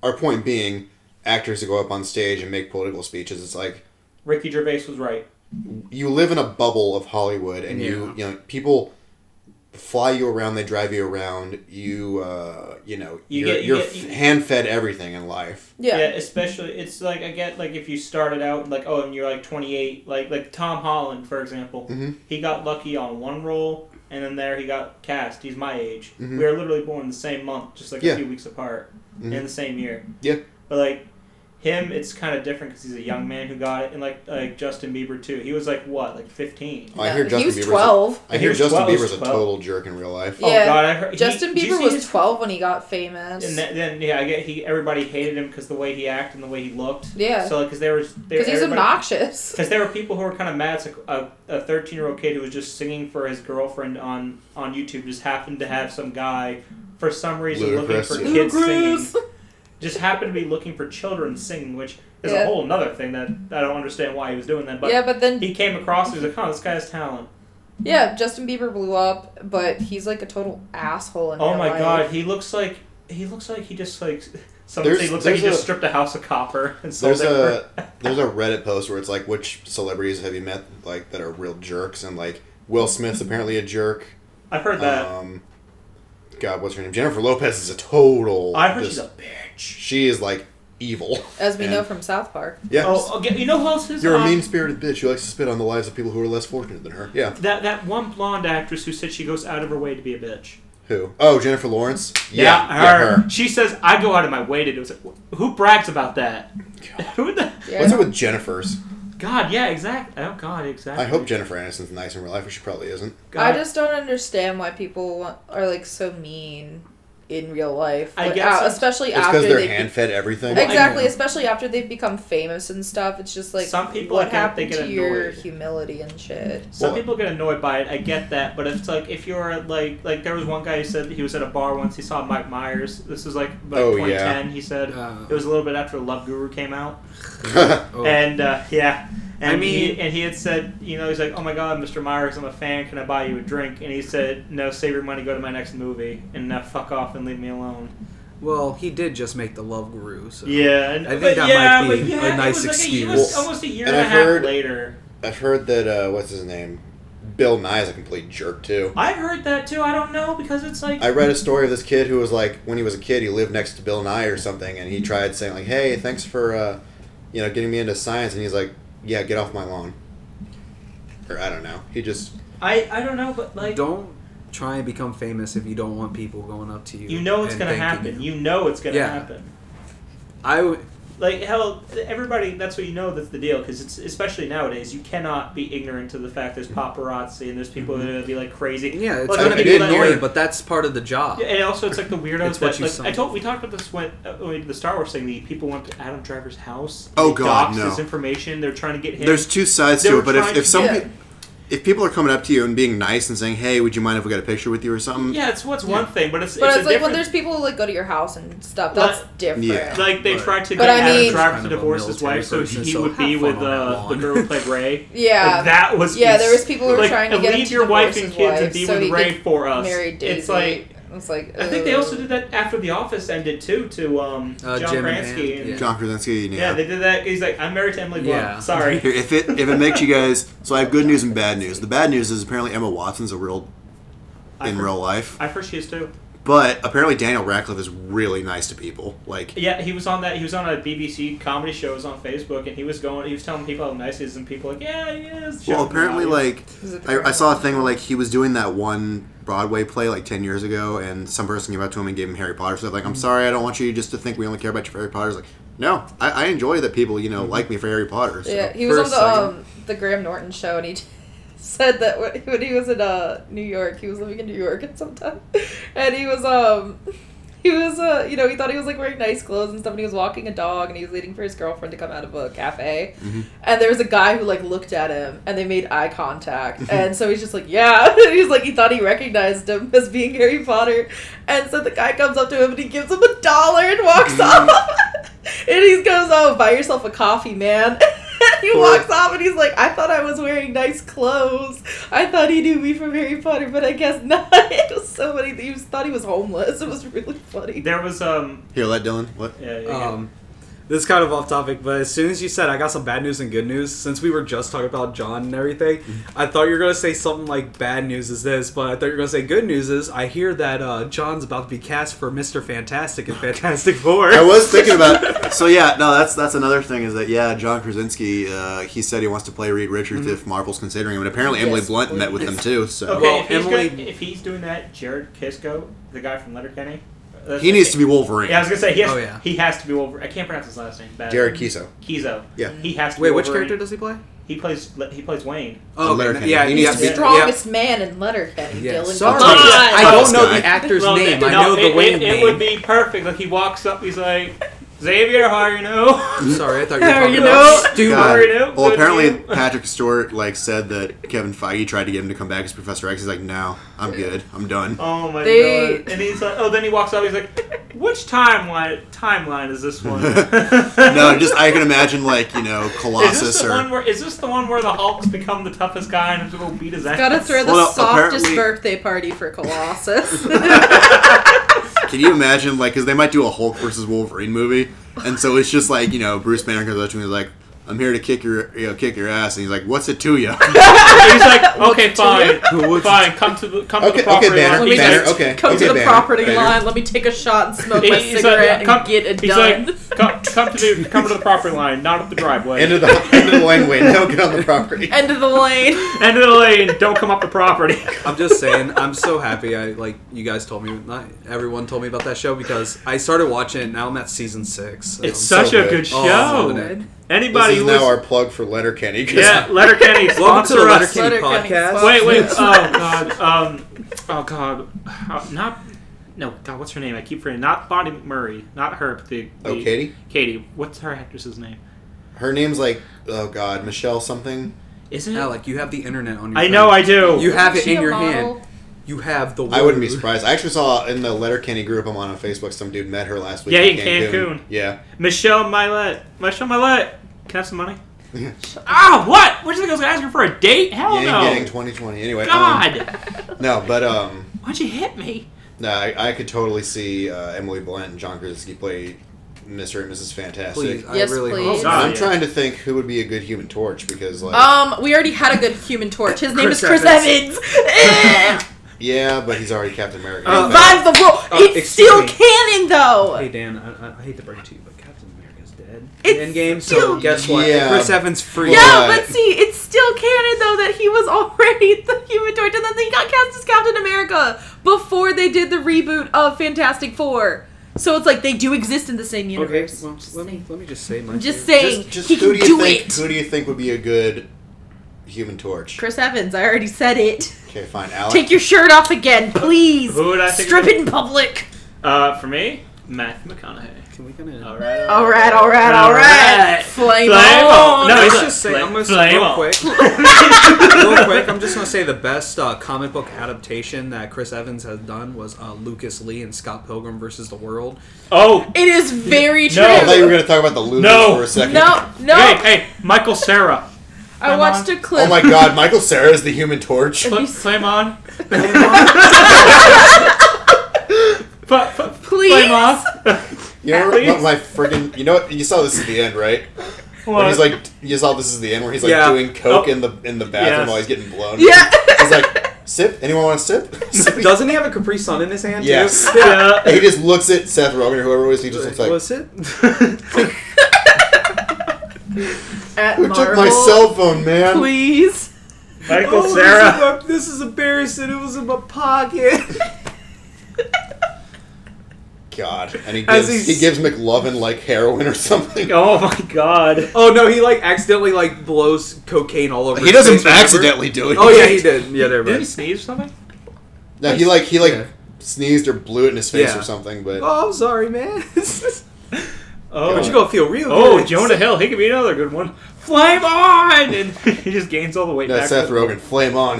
Speaker 1: our point being, actors that go up on stage and make political speeches, it's like
Speaker 2: Ricky Gervais was right.
Speaker 1: you live in a bubble of Hollywood, and you you know people fly you around, they drive you around, you uh, you know
Speaker 2: You
Speaker 1: you're,
Speaker 2: get- you
Speaker 1: you're
Speaker 2: get- you-
Speaker 1: hand fed everything in life.
Speaker 4: Yeah.
Speaker 2: especially it's like I get like if you started out like oh and you're like 28 like like Tom Holland for example
Speaker 1: Mm-hmm.
Speaker 2: he got lucky on one role and then there he got cast he's my age we were literally born the same month just like
Speaker 1: Mm-hmm. Yeah. Mm-hmm.
Speaker 2: a few weeks apart in the same year
Speaker 1: Yeah.
Speaker 2: but like him it's kind of different because he's a young man who got it and like like Justin Bieber too he was like what like 15
Speaker 1: I hear
Speaker 4: Yeah.
Speaker 1: Justin
Speaker 4: he was
Speaker 1: Bieber's a-
Speaker 4: 12.
Speaker 1: I
Speaker 2: He
Speaker 1: hear
Speaker 2: was
Speaker 1: Justin
Speaker 2: 12,
Speaker 1: Bieber's a
Speaker 2: 12.
Speaker 1: total jerk in real life.
Speaker 4: Yeah.
Speaker 2: oh god I heard he-
Speaker 4: Justin
Speaker 2: did you
Speaker 4: Bieber
Speaker 2: see
Speaker 4: was
Speaker 2: his-
Speaker 4: 12 when he got famous.
Speaker 2: and then, then yeah I get he everybody hated him because the way he acted and the way he looked
Speaker 4: Yeah.
Speaker 2: so like because they were they-
Speaker 4: Because he's
Speaker 2: everybody-
Speaker 4: obnoxious.
Speaker 2: Because there were people who were kind of mad. It's like a a thirteen year old kid who was just singing for his girlfriend on on YouTube just happened to have some guy for some reason
Speaker 1: Ludicrous,
Speaker 2: looking for
Speaker 1: yeah.
Speaker 2: kids
Speaker 4: Ludicrous.
Speaker 2: singing. Just happened to be looking for children singing, which is
Speaker 4: Yeah.
Speaker 2: a whole another thing that I don't understand why he was doing that. But
Speaker 4: yeah, but then
Speaker 2: he came across. He was like, "Oh, this guy has talent."
Speaker 4: yeah, Justin Bieber blew up, but he's like a total asshole in
Speaker 2: Oh
Speaker 4: real
Speaker 2: my
Speaker 4: life.
Speaker 2: god, he looks like he looks like he just like some
Speaker 1: There's-
Speaker 2: he looks like he
Speaker 1: there's
Speaker 2: just
Speaker 1: a-
Speaker 2: stripped a house of copper and sold
Speaker 1: There's
Speaker 2: it. for-
Speaker 1: a there's a Reddit post where it's like which celebrities have you met like that are real jerks and like Will Smith's apparently a jerk.
Speaker 2: I've heard that.
Speaker 1: Um, God, what's her name? Jennifer Lopez is a total.
Speaker 2: I've heard
Speaker 1: just-
Speaker 2: she's a bitch.
Speaker 1: she is like evil.
Speaker 4: As we
Speaker 1: And-
Speaker 4: know from South Park.
Speaker 1: Yeah.
Speaker 2: Oh, okay, you know who else is?
Speaker 1: You're a
Speaker 2: hot?
Speaker 1: mean spirited bitch who likes to spit on the lives of people who are less fortunate than her. Yeah.
Speaker 2: That that one blonde actress who said she goes out of her way to be a bitch.
Speaker 1: Who? Oh, Jennifer Lawrence?
Speaker 2: her. She says I go out of my way to do it. It's like, wh- Who brags about that? Who the?
Speaker 4: Yeah.
Speaker 1: What's it with Jennifer's?
Speaker 2: God, yeah, exactly. Oh God, exactly.
Speaker 1: I hope Jennifer Aniston's nice in real life, but she probably isn't.
Speaker 2: God.
Speaker 4: I just don't understand why people want, are like so mean. in real life.
Speaker 2: I
Speaker 4: Like,
Speaker 2: guess
Speaker 4: uh,
Speaker 2: it's-
Speaker 4: especially
Speaker 1: It's
Speaker 4: after
Speaker 1: because they're
Speaker 4: they
Speaker 1: hand fed everything.
Speaker 4: exactly,
Speaker 3: know.
Speaker 4: especially after they've become famous and stuff. It's just like
Speaker 2: Some people,
Speaker 4: what
Speaker 2: I get- they
Speaker 4: happened
Speaker 2: get
Speaker 4: to your
Speaker 2: annoyed.
Speaker 4: humility and shit.
Speaker 2: Some
Speaker 1: Well-
Speaker 2: people get annoyed by it. I get that, but it's like if you're like like there was one guy who said he was at a bar once. He saw Mike Myers. This was like, like
Speaker 1: Oh,
Speaker 2: 2010. He said
Speaker 3: Uh.
Speaker 2: it was a little bit after Love Guru came out,
Speaker 3: Oh.
Speaker 2: and uh, yeah. And
Speaker 3: I mean-
Speaker 2: he, and he had said, you know, he's like, "Oh my God, Mr. Myers, I'm a fan. Can I buy you a drink?" And he said, "No, save your money. Go to my next movie, and uh, fuck off and leave me alone."
Speaker 3: well, he did just make the love guru. So.
Speaker 2: Yeah, and,
Speaker 3: I think
Speaker 2: but
Speaker 3: that
Speaker 2: yeah,
Speaker 3: might be
Speaker 2: but yeah,
Speaker 3: a
Speaker 2: it
Speaker 3: nice
Speaker 2: was Like a, it
Speaker 3: excuse.
Speaker 2: was almost a year
Speaker 1: And
Speaker 2: and, a
Speaker 1: I've
Speaker 2: half
Speaker 1: heard-
Speaker 2: later.
Speaker 1: I've heard that uh, what's his name, Bill Nye is a complete jerk too.
Speaker 2: I heard that too. I don't know because it's like
Speaker 1: I read a story of this kid who was like, when he was a kid, he lived next to Bill Nye or something, and he tried saying like, "Hey, thanks for, uh, you know, getting me into science," and he's like, "Yeah, get off my lawn." Or I don't know. He just
Speaker 2: I I don't know, but like
Speaker 3: don't try and become famous if you don't want people going up to you.
Speaker 2: you know it's
Speaker 3: and
Speaker 2: gonna
Speaker 3: thanking
Speaker 2: happen. You know it's gonna
Speaker 3: Yeah.
Speaker 2: happen.
Speaker 3: I would.
Speaker 2: Like hell, everybody. That's what you know. That's the deal. Because it's especially nowadays, you cannot be ignorant to the fact there's paparazzi and there's people that are gonna be like crazy.
Speaker 3: Yeah, it's
Speaker 2: Well,
Speaker 3: gonna
Speaker 1: I
Speaker 3: be
Speaker 1: did
Speaker 3: annoying,
Speaker 1: hear-
Speaker 3: but that's part of the job.
Speaker 2: Yeah, and also it's like the weirdos
Speaker 3: It's what
Speaker 2: that
Speaker 3: you
Speaker 2: like
Speaker 3: sign.
Speaker 2: I told we talked about this when, uh, when we did the Star Wars thing. The people went to Adam Driver's house.
Speaker 1: Oh,
Speaker 2: they
Speaker 1: God,
Speaker 2: doxed
Speaker 1: no.
Speaker 2: his information. They're trying to get him.
Speaker 1: there's two sides
Speaker 2: They
Speaker 1: to
Speaker 2: were
Speaker 1: it, but if,
Speaker 2: trying
Speaker 1: if
Speaker 2: to
Speaker 1: some
Speaker 4: get-
Speaker 1: pe- if people are coming up to you and being nice and saying, "Hey, would you mind if we got a picture with you or something?"
Speaker 2: yeah, it's what's one thing, but it's
Speaker 4: But it's,
Speaker 2: it's, a
Speaker 4: like
Speaker 2: different.
Speaker 4: when there's people who like go to your house and stuff.
Speaker 2: Well,
Speaker 4: That's different.
Speaker 1: yeah.
Speaker 2: like they
Speaker 3: Right.
Speaker 2: tried to
Speaker 4: But
Speaker 2: get
Speaker 4: I mean-
Speaker 2: Adam
Speaker 3: Kind
Speaker 2: Driver to
Speaker 3: of a
Speaker 2: divorce his
Speaker 3: military
Speaker 2: wife, so
Speaker 3: person,
Speaker 2: he
Speaker 3: so
Speaker 2: would
Speaker 3: have
Speaker 2: be
Speaker 3: fun
Speaker 2: with
Speaker 3: on that
Speaker 2: uh, the
Speaker 3: lawn.
Speaker 2: girl who played Ray.
Speaker 4: Yeah.
Speaker 2: Like, that was
Speaker 4: Yeah, there
Speaker 2: ins-
Speaker 4: was people who were
Speaker 2: like,
Speaker 4: trying to get him
Speaker 2: leave
Speaker 4: to
Speaker 2: your wife
Speaker 4: divorce
Speaker 2: and
Speaker 4: his
Speaker 2: kids and
Speaker 4: wife
Speaker 2: be
Speaker 4: so he
Speaker 2: with
Speaker 4: could
Speaker 2: Ray for us.
Speaker 4: Married Daisy.
Speaker 2: It's like
Speaker 4: it's like
Speaker 2: I think they also
Speaker 4: ugh.
Speaker 2: did that after The Office ended too to um,
Speaker 3: Uh,
Speaker 2: John
Speaker 3: Jim and
Speaker 2: Krasinski.
Speaker 3: Pam,
Speaker 2: And,
Speaker 3: yeah.
Speaker 1: John Krasinski.
Speaker 2: yeah. they did that. He's like, I'm married to Emily Blunt.
Speaker 3: Yeah.
Speaker 2: Sorry.
Speaker 1: Here, if it if it makes you guys, so I have good news and bad news. The bad news is apparently Emma Watson's a real
Speaker 2: I
Speaker 1: in
Speaker 2: heard-
Speaker 1: real life,
Speaker 2: I heard she is too.
Speaker 1: but apparently Daniel Radcliffe is really nice to people. Like
Speaker 2: Yeah, he was on that. He was on a BBC comedy show. It was on Facebook, and he was going. He was telling people how nice he is, and people like, yeah, he is.
Speaker 1: Well,
Speaker 2: shouting
Speaker 1: apparently,
Speaker 2: about him.
Speaker 1: like
Speaker 4: Is it the
Speaker 1: I, I
Speaker 4: Crown?
Speaker 1: saw a thing where like he was doing that one Broadway play like ten years ago, and some person came up to him and gave him Harry Potter stuff. Like, I'm
Speaker 4: Mm-hmm.
Speaker 1: sorry, I don't want you just to think we only care about your Harry Potter's. Like, no, I, I enjoy that people you know like me for Harry Potter. So.
Speaker 4: Mm-hmm. Yeah, he was
Speaker 3: For
Speaker 4: on
Speaker 3: a
Speaker 4: the um, the Graham Norton show, and he said that when- when he was in uh, New York, he was living in New York at some time, and he was um. He was, uh, you know, he thought he was like wearing nice clothes and stuff. And he was walking a dog, and he was waiting for his girlfriend to come out of a cafe. And there was a guy who like looked at him, and they made eye contact. and so he's just like, "Yeah." he was like, he thought he recognized him as being Harry Potter. And so the guy comes up to him, and he gives him a dollar and walks off. and he goes, "Oh, buy yourself a coffee, man." he
Speaker 1: For-
Speaker 4: walks off and he's like, I thought I was wearing nice clothes. I thought he knew me from Harry Potter, but I guess not. It was so funny. He was, thought he was homeless. It was really funny.
Speaker 2: there was um.
Speaker 1: Here, let Dylan. What?
Speaker 2: Yeah, yeah, yeah.
Speaker 3: Um, this is kind of off topic, but as soon as you said I got some bad news and good news, since we were just talking about John and everything,
Speaker 1: Mm-hmm.
Speaker 3: I thought you were gonna say something like bad news is this, but I thought you were gonna say good news is I hear that uh, John's about to be cast for Mister Fantastic in Fantastic Four.
Speaker 1: I was thinking about. So yeah, no, that's that's another thing is that yeah, John Krasinski, uh, he said he wants to play Reed Richards if Marvel's considering him, and apparently Emily
Speaker 4: Mm-hmm. Yes,
Speaker 1: Blunt met with them too. So
Speaker 2: Okay,
Speaker 3: Well,
Speaker 2: if, he's
Speaker 3: Emily-
Speaker 2: gonna- if he's doing that, Jared Kisco, the guy from Letterkenny, uh, that's-
Speaker 1: he needs to be Wolverine.
Speaker 2: Yeah, I was gonna say he has.
Speaker 3: Oh, yeah.
Speaker 2: He has to be Wolverine. I can't pronounce his last name. Bad.
Speaker 1: Jared Kiso.
Speaker 2: Kizo.
Speaker 1: Yeah.
Speaker 2: He has to.
Speaker 3: Wait,
Speaker 2: be
Speaker 3: which
Speaker 2: Wolverine.
Speaker 3: character does he play?
Speaker 2: He plays. He plays Wayne.
Speaker 1: Oh,
Speaker 3: okay,
Speaker 1: Letterkenny.
Speaker 3: yeah,
Speaker 1: He
Speaker 3: he
Speaker 1: needs
Speaker 3: has
Speaker 1: to
Speaker 3: to be-
Speaker 1: be-
Speaker 4: Strongest man in Letterkenny,
Speaker 3: Yeah.
Speaker 4: Dylan.
Speaker 3: Sorry,
Speaker 4: Come on.
Speaker 3: I
Speaker 1: Toughest
Speaker 3: don't know
Speaker 1: guy.
Speaker 3: the actor's
Speaker 2: Well,
Speaker 3: name.
Speaker 2: no,
Speaker 3: I know the
Speaker 2: it,
Speaker 3: Wayne
Speaker 2: it,
Speaker 3: name.
Speaker 2: It would be perfect. Like he walks up, he's like, Xavier, how are you know?
Speaker 3: I'm sorry, I thought you were
Speaker 4: There
Speaker 3: talking
Speaker 4: you
Speaker 3: about
Speaker 4: go.
Speaker 3: Stu.
Speaker 1: God.
Speaker 2: Sorry, no,
Speaker 1: Well,
Speaker 2: good
Speaker 1: apparently
Speaker 2: deal.
Speaker 1: Patrick Stewart like said that Kevin Feige tried to get him to come back as Professor X. He's like, no, I'm good, I'm done.
Speaker 2: Oh my
Speaker 4: They-
Speaker 2: god! And he's like, oh, then he walks up. He's like, which timeline timeline is this one?
Speaker 1: No, just I can imagine like you know
Speaker 2: Is this
Speaker 1: Colossus
Speaker 2: the one
Speaker 1: or
Speaker 2: where is this the one where the Hulk's become the toughest guy and has to go beat his ass?
Speaker 4: Gotta throw the
Speaker 1: Well,
Speaker 4: softest
Speaker 1: apparently-
Speaker 4: birthday party for Colossus.
Speaker 1: can you imagine like because they might do a Hulk versus Wolverine movie, and so it's just like you know Bruce Banner comes up to me and he's like. I'm here to kick your, you know, kick your ass, and he's like, "What's it to you?"
Speaker 2: He's like, okay, fine,
Speaker 3: What's-
Speaker 2: fine, come to the come to the property line.
Speaker 4: Let me
Speaker 2: He's
Speaker 4: Banner,
Speaker 2: like,
Speaker 1: okay,
Speaker 4: Come
Speaker 1: okay,
Speaker 4: to the
Speaker 1: Banner,
Speaker 4: property
Speaker 1: Banner.
Speaker 4: line. Let me take a shot and smoke my
Speaker 2: he's
Speaker 4: cigarette
Speaker 2: like, come,
Speaker 4: and get it
Speaker 2: he's
Speaker 4: done.
Speaker 2: like, come, come to the come to the property line, not up the driveway.
Speaker 1: Into the end of the laneway. Now get on the property.
Speaker 4: End of the lane.
Speaker 2: End of the lane. Don't come up the property.
Speaker 3: I'm just saying, I'm so happy. I like you guys told me, not everyone told me about that show because I started watching it. Now I'm at season six. so
Speaker 2: It's
Speaker 3: I'm
Speaker 2: such
Speaker 1: so
Speaker 2: a
Speaker 1: good.
Speaker 2: good
Speaker 3: Oh,
Speaker 2: show.
Speaker 3: I'm loving
Speaker 2: Anybody who listen-
Speaker 1: plug for Letterkenny. 'cause-
Speaker 2: yeah, Letterkenny
Speaker 3: Welcome to
Speaker 2: sponsor
Speaker 3: the
Speaker 2: us. oh,
Speaker 3: Letterkenny
Speaker 4: Letterkenny
Speaker 3: podcast.
Speaker 4: podcast.
Speaker 2: Wait, wait. Oh god. Um. Oh god. How- Not. no, God, what's her name? I keep forgetting. Not Bonnie Murray, not her, but the, the
Speaker 1: Oh, Katie?
Speaker 2: Katie. What's her actress's name?
Speaker 1: Her name's like, oh god, Michelle something.
Speaker 2: Isn't it?
Speaker 3: Alec, you have the internet on your.
Speaker 2: I
Speaker 3: phone.
Speaker 2: know I do.
Speaker 3: You have it
Speaker 4: She
Speaker 3: in
Speaker 4: a
Speaker 3: your
Speaker 4: model?
Speaker 3: hand. You have the. Word.
Speaker 1: I wouldn't be surprised. I actually saw in the Letterkenny group I'm on on Facebook, some dude met her last week.
Speaker 2: Yeah, in Cancun.
Speaker 1: Yeah.
Speaker 2: Michelle Milette. Michelle Milette. Can I have some money? Ah, what? What do you think I was gonna ask her for a date? Hell
Speaker 1: Yang
Speaker 2: Oh, no.
Speaker 1: Gang 2020. Anyway, um,
Speaker 2: God,
Speaker 1: no, but um,
Speaker 2: why'd you hit me?
Speaker 1: no, I, I could totally see uh, Emily Blunt and John Krasinski play Mr. and Mrs. Fantastic.
Speaker 3: Please, I
Speaker 4: Yes,
Speaker 3: really
Speaker 4: please.
Speaker 2: God.
Speaker 3: hope not.
Speaker 1: I'm
Speaker 2: yeah.
Speaker 1: trying to think who would be a good Human Torch because, like,
Speaker 4: Um, we already had a good Human Torch. His name
Speaker 3: Chris
Speaker 4: is Chris
Speaker 3: Evans.
Speaker 4: Evans.
Speaker 1: yeah, but he's already Captain America.
Speaker 3: Uh,
Speaker 4: Revive the world.
Speaker 3: Oh,
Speaker 4: it's
Speaker 3: excuse
Speaker 4: still
Speaker 3: me.
Speaker 4: canon though.
Speaker 3: Hey Dan, I, I- I hate to break it to you, but Captain America's dead.
Speaker 4: It's
Speaker 3: Endgame. So
Speaker 4: still-
Speaker 3: guess what?
Speaker 1: Yeah.
Speaker 3: Chris Evans free.
Speaker 1: Yeah.
Speaker 4: No,
Speaker 1: Right.
Speaker 4: but see, it's still canon though that he was already the Human Torch, and then he got cast as Captain America before they did the reboot of Fantastic Four. So it's like they do exist in the same
Speaker 3: Okay.
Speaker 4: universe.
Speaker 3: Well, let me let me just say my.
Speaker 4: I'm just
Speaker 3: favorite-
Speaker 4: saying
Speaker 1: just, just
Speaker 4: he
Speaker 1: who
Speaker 4: can
Speaker 1: do you
Speaker 4: do
Speaker 1: think?
Speaker 4: it.
Speaker 1: Who do you think would be a good Human Torch?
Speaker 4: Chris Evans, I already said it.
Speaker 1: Okay, fine, Alex.
Speaker 4: Take your shirt off again, please.
Speaker 2: Who would I think
Speaker 4: Strip
Speaker 2: it
Speaker 4: it in public.
Speaker 2: Uh, for me, Matthew McConaughey.
Speaker 3: Can we kind of?
Speaker 2: All right.
Speaker 4: All right, all right, all
Speaker 2: All
Speaker 4: right.
Speaker 2: right.
Speaker 4: Flame,
Speaker 2: Flame
Speaker 4: on.
Speaker 2: on. No,
Speaker 3: let's
Speaker 2: he's
Speaker 3: just
Speaker 2: a-
Speaker 3: say I'm gonna say
Speaker 2: flame
Speaker 3: real
Speaker 2: on.
Speaker 3: quick, real quick. I'm just gonna say the best uh, comic book adaptation that Chris Evans has done was uh, Lucas Lee and Scott Pilgrim versus the World.
Speaker 2: Oh
Speaker 4: It is very true.
Speaker 2: No.
Speaker 1: I thought you were going to talk about the losers
Speaker 2: No.
Speaker 1: for a second.
Speaker 4: No, no.
Speaker 2: Hey, hey, Michael Sarah.
Speaker 4: I
Speaker 2: I'm
Speaker 4: watched
Speaker 2: on.
Speaker 4: a clip.
Speaker 1: Oh my god, Michael Sarah is the Human Torch.
Speaker 4: Have you
Speaker 2: Put
Speaker 4: s-
Speaker 2: flame on. Put, put,
Speaker 4: Please.
Speaker 2: Flame on.
Speaker 1: You know
Speaker 2: Please.
Speaker 1: what my friggin' you know what you saw this is the end, right? When he's like you saw this is the end where he's like
Speaker 3: Yeah.
Speaker 1: doing coke
Speaker 2: Oh.
Speaker 1: in the in the bathroom
Speaker 2: Yes.
Speaker 1: while he's getting blown.
Speaker 4: Yeah.
Speaker 1: He's like, sip? Anyone want a sip? Sip.
Speaker 3: Doesn't he have a Capri Sun in his hand? too?
Speaker 1: Yes.
Speaker 2: Yeah.
Speaker 1: he just looks at Seth Rogen or whoever it was, he just looks like
Speaker 3: was it?
Speaker 4: At
Speaker 1: Who took my
Speaker 4: Marvel,
Speaker 1: cell phone, man?
Speaker 4: Please.
Speaker 2: Michael
Speaker 3: Oh, this
Speaker 2: Sarah.
Speaker 3: is a- This is embarrassing. It was in my pocket.
Speaker 1: God. And he
Speaker 3: As
Speaker 1: gives
Speaker 3: he's-
Speaker 1: he gives McLovin like heroin or something.
Speaker 2: Oh my god.
Speaker 3: Oh no, he like accidentally like blows cocaine all over.
Speaker 1: He
Speaker 3: his
Speaker 1: doesn't
Speaker 3: face, remember?
Speaker 1: accidentally do it.
Speaker 3: Oh yeah, he did. Yeah, never
Speaker 2: Did he
Speaker 3: mind.
Speaker 2: sneeze or something?
Speaker 1: No, he like he like
Speaker 3: Yeah.
Speaker 1: sneezed or blew it in his face
Speaker 3: Yeah.
Speaker 1: or something, but
Speaker 3: Oh, I'm sorry, man.
Speaker 2: Oh.
Speaker 3: but you gonna feel real.
Speaker 2: Oh,
Speaker 3: good.
Speaker 2: Jonah Hill. He could be another good one. Flame on! And he just gains all the weight
Speaker 1: no,
Speaker 2: back.
Speaker 1: Seth Rogen, flame on.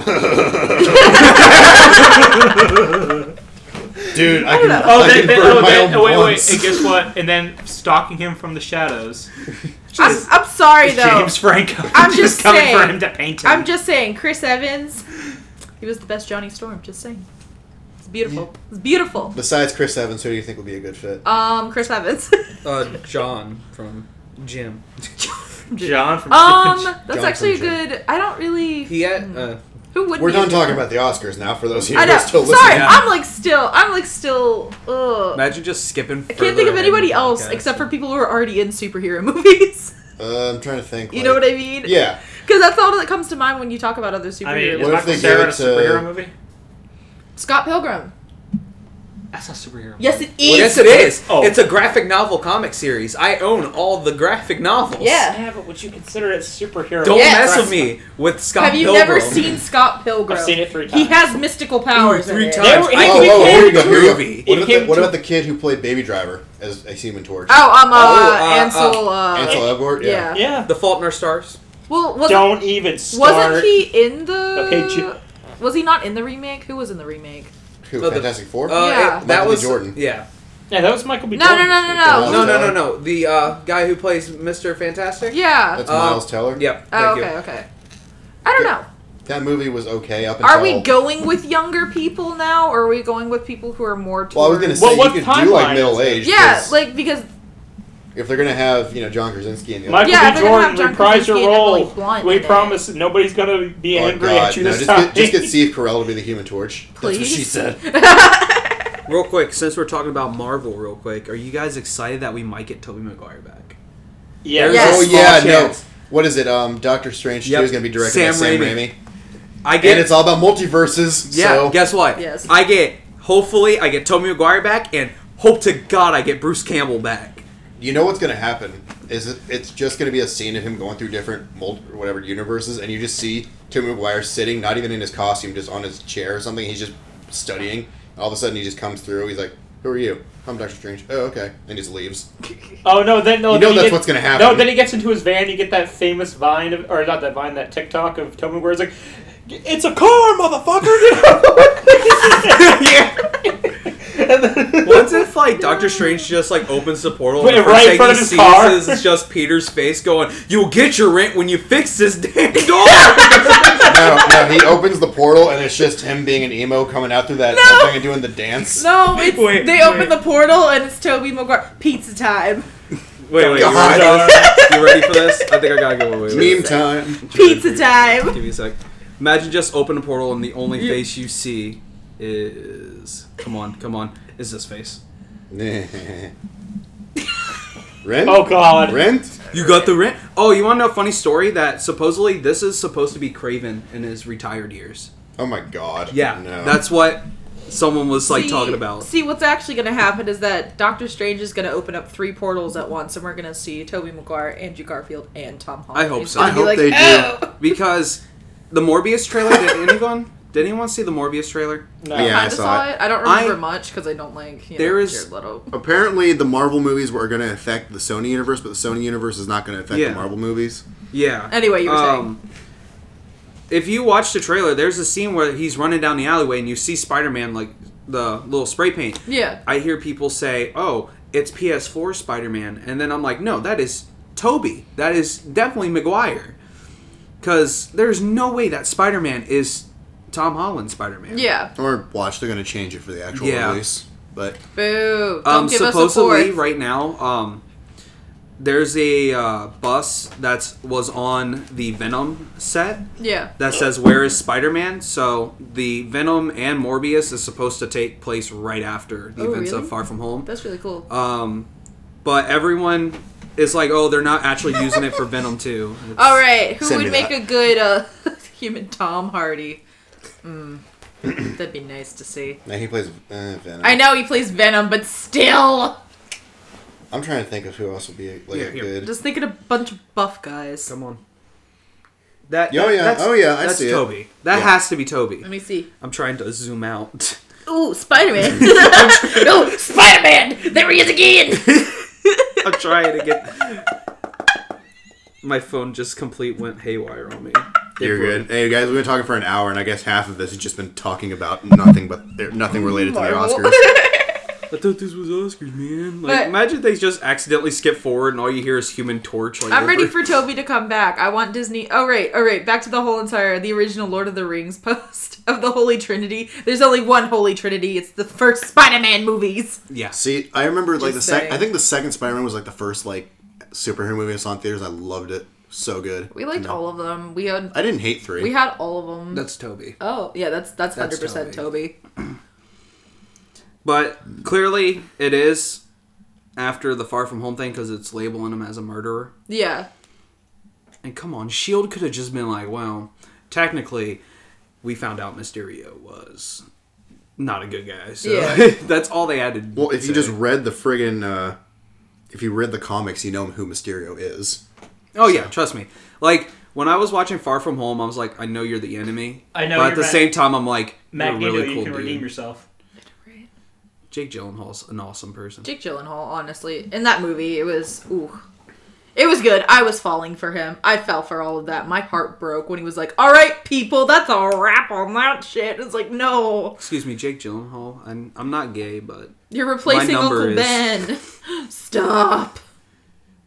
Speaker 1: Dude, I can,
Speaker 4: know.
Speaker 2: Oh,
Speaker 1: I
Speaker 2: then,
Speaker 1: can
Speaker 2: then,
Speaker 1: burn
Speaker 2: oh,
Speaker 1: my
Speaker 2: then,
Speaker 1: own
Speaker 2: oh, wait, wait,
Speaker 1: blunts.
Speaker 2: and guess what? And then stalking him from the shadows,
Speaker 4: I'm, I'm sorry though.
Speaker 2: James Franco.
Speaker 4: I'm
Speaker 2: just,
Speaker 4: just
Speaker 2: coming for
Speaker 4: saying.
Speaker 2: him to paint him.
Speaker 4: I'm just saying, Chris Evans. He was the best Johnny Storm. Just saying. It's beautiful. It's beautiful.
Speaker 1: Besides Chris Evans, who do you think would be a good fit?
Speaker 4: Um, Chris Evans.
Speaker 3: Uh, John from Jim.
Speaker 2: John from
Speaker 4: um, that's
Speaker 1: Johnson
Speaker 4: actually a
Speaker 1: Jim.
Speaker 4: good. I don't really. hmm.
Speaker 3: He had. Uh,
Speaker 4: Who would?
Speaker 1: We're
Speaker 4: be
Speaker 1: done
Speaker 4: a-
Speaker 1: talking about the Oscars now. For those of you
Speaker 4: I
Speaker 1: who
Speaker 4: know.
Speaker 1: are still
Speaker 4: Sorry,
Speaker 1: listening,
Speaker 3: Yeah.
Speaker 4: I'm like still. I'm like still. Ugh.
Speaker 3: imagine just skipping.
Speaker 4: I can't think of anybody else except for people who are already in superhero movies.
Speaker 1: uh, I'm trying to think.
Speaker 4: you
Speaker 1: like-
Speaker 4: know what I mean?
Speaker 1: Yeah,
Speaker 4: Because that's all that comes to mind when you talk about other
Speaker 2: I
Speaker 4: superheroes.
Speaker 2: mean,
Speaker 1: What
Speaker 2: is
Speaker 1: if
Speaker 2: Michael
Speaker 1: they
Speaker 2: Cera in a
Speaker 1: gave it to-
Speaker 2: superhero movie?
Speaker 4: Scott Pilgrim.
Speaker 2: That's not superhero.
Speaker 4: Yes, it is.
Speaker 3: Yes, it is.
Speaker 2: Oh.
Speaker 3: It's a graphic novel comic series. I own all the graphic novels.
Speaker 4: Yeah.
Speaker 2: Yeah, but would you consider it superhero?
Speaker 3: Don't
Speaker 4: Yes.
Speaker 3: mess with me with Scott.
Speaker 4: Have you
Speaker 3: Pilgrim.
Speaker 4: never seen Scott Pilgrim?
Speaker 2: I've seen it three
Speaker 4: He
Speaker 2: times.
Speaker 4: has mystical powers. in
Speaker 3: three
Speaker 4: it.
Speaker 3: times?
Speaker 2: They were-
Speaker 3: I
Speaker 1: Oh,
Speaker 3: can
Speaker 1: whoa, here we go. Here we go.
Speaker 3: movie.
Speaker 1: What, about the,
Speaker 2: came
Speaker 1: what
Speaker 2: to-
Speaker 1: about the kid who played Baby Driver as a human torch?
Speaker 4: Oh, um, uh,
Speaker 3: Oh, uh,
Speaker 4: Ansel. Uh,
Speaker 1: Ansel Elgort. Yeah.
Speaker 4: yeah.
Speaker 2: Yeah.
Speaker 3: The Fault in Our Stars.
Speaker 4: Well, wasn't,
Speaker 2: Don't even start.
Speaker 4: wasn't he in the?
Speaker 2: Okay, Ju-
Speaker 4: was he not in the remake? Who was in the remake?
Speaker 1: Who?
Speaker 3: Oh, the-
Speaker 1: Fantastic Four.
Speaker 3: Uh,
Speaker 4: Yeah.
Speaker 3: it- that
Speaker 1: Michael B.
Speaker 3: was
Speaker 1: Jordan.
Speaker 3: Yeah.
Speaker 2: Yeah, that was Michael B.
Speaker 4: No,
Speaker 2: Jordan.
Speaker 4: no, no, no,
Speaker 1: Miles
Speaker 3: No, no, no,
Speaker 1: Teller?
Speaker 3: no. The uh, guy who plays Mr. Fantastic.
Speaker 4: Yeah.
Speaker 1: That's
Speaker 3: uh,
Speaker 1: Miles Teller.
Speaker 3: Yep.
Speaker 4: oh,
Speaker 3: Thank
Speaker 4: okay,
Speaker 3: you.
Speaker 4: okay. I don't know.
Speaker 1: That movie was okay up until.
Speaker 4: Are we going with younger people now, or are we going with people who are more? Towards...
Speaker 1: Well, I was gonna say
Speaker 2: Well, what
Speaker 1: you could do
Speaker 2: timeline
Speaker 1: like
Speaker 2: is
Speaker 1: middle
Speaker 2: it?
Speaker 1: age.
Speaker 4: Yeah,
Speaker 1: 'cause
Speaker 4: like because
Speaker 1: if they're gonna have you know John Krasinski and the
Speaker 2: Michael
Speaker 4: Yeah,
Speaker 2: B.
Speaker 4: they're gonna
Speaker 2: Jordan,
Speaker 4: have John
Speaker 2: reprise your
Speaker 4: Krasinski and
Speaker 2: role.
Speaker 4: Emily Blunt
Speaker 2: we
Speaker 4: in it.
Speaker 2: promise nobody's gonna be
Speaker 1: Oh,
Speaker 2: angry
Speaker 1: God,
Speaker 2: at you
Speaker 1: no,
Speaker 2: this
Speaker 1: just
Speaker 2: time.
Speaker 1: Get, just get Steve Carell to be the Human Torch. That's what
Speaker 4: Please?
Speaker 1: she said.
Speaker 3: Real quick, since we're talking about Marvel, real quick, are you guys excited that we might get Tobey Maguire back?
Speaker 2: yeah,
Speaker 4: Yes.
Speaker 1: Oh
Speaker 4: Small
Speaker 1: yeah,
Speaker 3: chance.
Speaker 1: no. What is it? Um, Doctor Strange
Speaker 3: Yep.
Speaker 1: Two is going to be directed
Speaker 3: Sam
Speaker 1: by Sam
Speaker 3: Raimi.
Speaker 1: Raimi,
Speaker 3: I get.
Speaker 1: and it's all about multiverses.
Speaker 3: yeah.
Speaker 1: so.
Speaker 3: Guess what?
Speaker 4: Yes.
Speaker 3: I get. Hopefully, I get Tobey Maguire back, and hope to God I get Bruce Campbell back.
Speaker 1: you know what's going to happen is it, it's just going to be a scene of him going through different multi, whatever universes, and you just see Tim McGuire sitting, not even in his costume, just on his chair or something. He's just studying. All of a sudden, he just comes through. He's like, "Who are you?" I'm Doctor Strange. Oh, okay. And he just leaves.
Speaker 2: Oh no! Then no.
Speaker 1: You know
Speaker 2: then he
Speaker 1: that's
Speaker 2: gets-
Speaker 1: what's gonna happen.
Speaker 2: No, then he gets into his van. You get that famous Vine, of, or not that Vine, that TikTok of Tobey where it's like, "It's a car, motherfucker!"
Speaker 3: yeah.
Speaker 2: and then,
Speaker 3: What if like Doctor Strange just like opens the portal
Speaker 2: Wait,
Speaker 3: and the first
Speaker 2: right in
Speaker 3: thing
Speaker 2: front
Speaker 3: he
Speaker 2: of his
Speaker 3: sees
Speaker 2: car?
Speaker 3: is just Peter's face going, "You'll get your rent when you fix this damn door."
Speaker 1: No, no. He opens the portal, and it's just him being an emo coming out through that
Speaker 4: No.
Speaker 1: thing and doing the dance.
Speaker 4: No, it's,
Speaker 3: Wait,
Speaker 4: they
Speaker 3: wait.
Speaker 4: open the portal and it's Toby Maguire. Pizza time.
Speaker 3: wait, wait, you
Speaker 1: God.
Speaker 3: ready, for this? you ready for this? I think I gotta go. Wait, wait, wait.
Speaker 1: Meme time.
Speaker 4: Pizza time.
Speaker 3: Give me a sec. Imagine just open a portal and the only face you see is come on, come on, is this face?
Speaker 1: Rent.
Speaker 2: oh god!
Speaker 1: Rent.
Speaker 3: You got the rent. Oh, you want to know a funny story that supposedly this is supposed to be Craven in his retired years.
Speaker 1: Oh my god.
Speaker 3: Yeah,
Speaker 1: No.
Speaker 3: that's what someone was like
Speaker 4: See-
Speaker 3: talking about.
Speaker 4: See, what's actually going to happen is that Doctor Strange is going to open up three portals at once, and we're going to see Toby Maguire, Andrew Garfield, and Tom Holland.
Speaker 3: I hope
Speaker 4: He's
Speaker 3: so.
Speaker 4: gonna
Speaker 3: I
Speaker 4: be
Speaker 1: hope
Speaker 4: like,
Speaker 1: they do.
Speaker 4: "Oh."
Speaker 3: because the Morbius trailer. Did anyone? Did anyone see the Morbius trailer?
Speaker 2: No.
Speaker 1: Yeah. I
Speaker 4: Kinda
Speaker 1: saw
Speaker 4: saw
Speaker 1: it.
Speaker 4: it. I don't remember
Speaker 3: I-
Speaker 4: much because I don't like. You
Speaker 3: There
Speaker 4: know,
Speaker 3: is-
Speaker 4: Jared Leto.
Speaker 1: Apparently, the Marvel movies were going to affect the Sony universe, but the Sony universe is not going to affect
Speaker 3: Yeah.
Speaker 1: the Marvel movies.
Speaker 3: Yeah. Um,
Speaker 4: Anyway, you were
Speaker 3: If you watch the trailer, there's a scene where he's running down the alleyway and you see Spider-Man like the little spray paint.
Speaker 4: Yeah.
Speaker 3: I hear people say, "Oh, it's PS4 Spider-Man," and then I'm like, "No, that is Toby. That is definitely Maguire." Because there's no way that Spider-Man is Tom Holland Spider-Man.
Speaker 4: Yeah.
Speaker 1: Or watch, they're going to change it for the actual
Speaker 3: Yeah.
Speaker 1: release. But
Speaker 4: Boo. Don't
Speaker 3: Um,
Speaker 4: give us
Speaker 3: supposedly,
Speaker 4: a fourth.
Speaker 3: right now, um, there's a uh, bus that was on the Venom set
Speaker 4: Yeah.
Speaker 3: that says "Where is Spider-Man?" So the Venom and Morbius is supposed to take place right after the
Speaker 4: Oh,
Speaker 3: events
Speaker 4: really?
Speaker 3: of Far From Home.
Speaker 4: That's really cool.
Speaker 1: Uh,
Speaker 3: Um, but everyone is like, "Oh, they're not actually using it for Venom 2. It's-
Speaker 4: All right. Who
Speaker 1: Send me
Speaker 4: would make
Speaker 1: that.
Speaker 4: a good uh, human Tom Hardy? Mm. That'd be nice to see.
Speaker 1: now he plays uh, Venom.
Speaker 4: I know he plays Venom, but still.
Speaker 1: I'm trying to think of who else would be like
Speaker 3: Yeah,
Speaker 1: a
Speaker 3: yeah.
Speaker 1: good.
Speaker 4: Just thinking a bunch of buff guys.
Speaker 3: Come on. That.
Speaker 1: Oh,
Speaker 3: that-
Speaker 1: yeah.
Speaker 3: That's,
Speaker 1: Oh, yeah, I
Speaker 3: that's
Speaker 1: see it.
Speaker 3: Toby. That
Speaker 1: Yeah.
Speaker 3: has to be Toby.
Speaker 4: Let me see.
Speaker 3: I'm trying to zoom out.
Speaker 4: Ooh, Spider Man. no, Spider Man. There he is again.
Speaker 3: I'm trying to get. My phone just complete went haywire on me.
Speaker 1: You're good. Hey guys, we've been talking for an hour, and I guess half of this has just been talking about nothing but nothing related to the
Speaker 4: Marvel.
Speaker 1: Oscars.
Speaker 3: I thought this was Oscars, man. Like,
Speaker 4: But-
Speaker 3: imagine they just accidentally skip forward and all you hear is Human Torch. Like,
Speaker 4: I'm ready
Speaker 3: over-
Speaker 4: for Toby to come back. I want Disney. Oh right, all right. Back to the whole entire the original Lord of the Rings post of the Holy Trinity. There's only one Holy Trinity. It's the first Spider-Man movies.
Speaker 3: Yeah.
Speaker 1: See, I remember like
Speaker 4: Just
Speaker 1: the sec-
Speaker 4: saying.
Speaker 1: I think the second Spider-Man was like the first like superhero movie I saw in theaters. I loved it. So good.
Speaker 4: We liked
Speaker 1: No.
Speaker 4: all of them. We had
Speaker 1: I didn't hate three.
Speaker 4: we had all of them.
Speaker 3: That's Toby.
Speaker 4: oh yeah, that's that's
Speaker 3: That's
Speaker 4: hundred percent Toby.
Speaker 3: But clearly, it is after the Far From Home thing because it's labeling him as a murderer.
Speaker 4: Yeah,
Speaker 3: And come on, Shield could have just been like, well, technically, we found out Mysterio was not a good guy. So
Speaker 4: Yeah.
Speaker 3: that's all they added.
Speaker 1: well, if you just read the friggin' uh, if you read the comics, you know who Mysterio is.
Speaker 3: oh yeah, trust me. Like when I was watching Far From Home, I was like, I know you're the enemy.
Speaker 2: I know
Speaker 3: But
Speaker 2: you're
Speaker 3: at the
Speaker 2: Matt-
Speaker 3: same time, I'm like,
Speaker 2: Matt,
Speaker 3: you're a really
Speaker 2: you, know,
Speaker 3: cool
Speaker 2: you can
Speaker 3: dude.
Speaker 2: redeem yourself.
Speaker 3: Jake Gyllenhaal's an awesome person.
Speaker 4: Jake Gyllenhaal. Honestly, in that movie, it was ooh. It was good. I was falling for him. I fell for all of that. My heart broke when he was like, "All right, people, that's a wrap on that shit." It's like, no,
Speaker 3: Excuse me, Jake Gyllenhaal. I'm I'm not gay, but
Speaker 4: You're replacing
Speaker 3: My number
Speaker 4: Uncle
Speaker 3: is-
Speaker 4: Ben. Stop.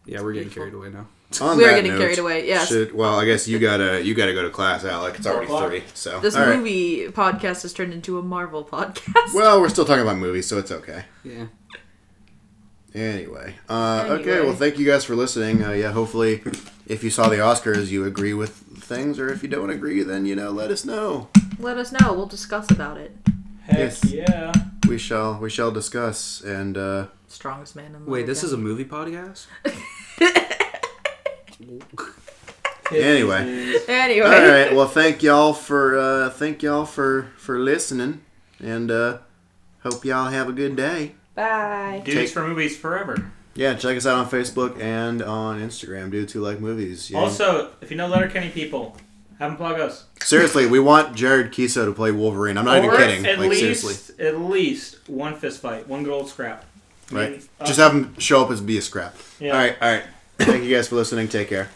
Speaker 3: yeah, we're getting carried away now.
Speaker 1: On
Speaker 4: We are
Speaker 1: that
Speaker 4: getting
Speaker 1: note,
Speaker 4: carried away, yes.
Speaker 1: should- well, I guess you gotta you gotta go to class, Alec. It's already
Speaker 2: o'clock.
Speaker 1: three. So
Speaker 4: This
Speaker 1: All right.
Speaker 4: movie podcast has turned into a Marvel podcast.
Speaker 1: Well, we're still talking about movies, so it's okay.
Speaker 3: Yeah.
Speaker 1: Anyway, uh, okay.
Speaker 4: Anyway.
Speaker 1: Well, thank you guys for listening. Uh, yeah, hopefully, if you saw the Oscars, you agree with things, or if you don't agree, then you know, let us know.
Speaker 4: Let us know. We'll discuss about it.
Speaker 2: Heck
Speaker 1: Yes.
Speaker 2: yeah.
Speaker 1: We shall we shall discuss. And uh,
Speaker 4: Strongest man in the
Speaker 3: Wait, this is a movie podcast?
Speaker 1: Anyway.
Speaker 4: Anyway.
Speaker 1: all right. Well, thank y'all for uh, thank y'all for for listening, and uh, hope y'all have a good day.
Speaker 4: Bye.
Speaker 2: Dudes
Speaker 1: Take-
Speaker 2: for movies forever.
Speaker 1: Yeah, check us out on Facebook and on Instagram, dudes who like movies. You know,
Speaker 2: Also, if you know Letterkenny people, Have him plug us.
Speaker 1: Seriously, we want Jared Kiso to play Wolverine. I'm not even
Speaker 2: Or
Speaker 1: kidding.
Speaker 2: At
Speaker 1: Like
Speaker 2: least,
Speaker 1: seriously,
Speaker 2: at least one fist fight, one good old scrap. I mean,
Speaker 1: right?
Speaker 2: uh,
Speaker 1: Just have him show up as be a scrap.
Speaker 2: Yeah.
Speaker 1: All right, all right. Thank you guys for listening. Take care.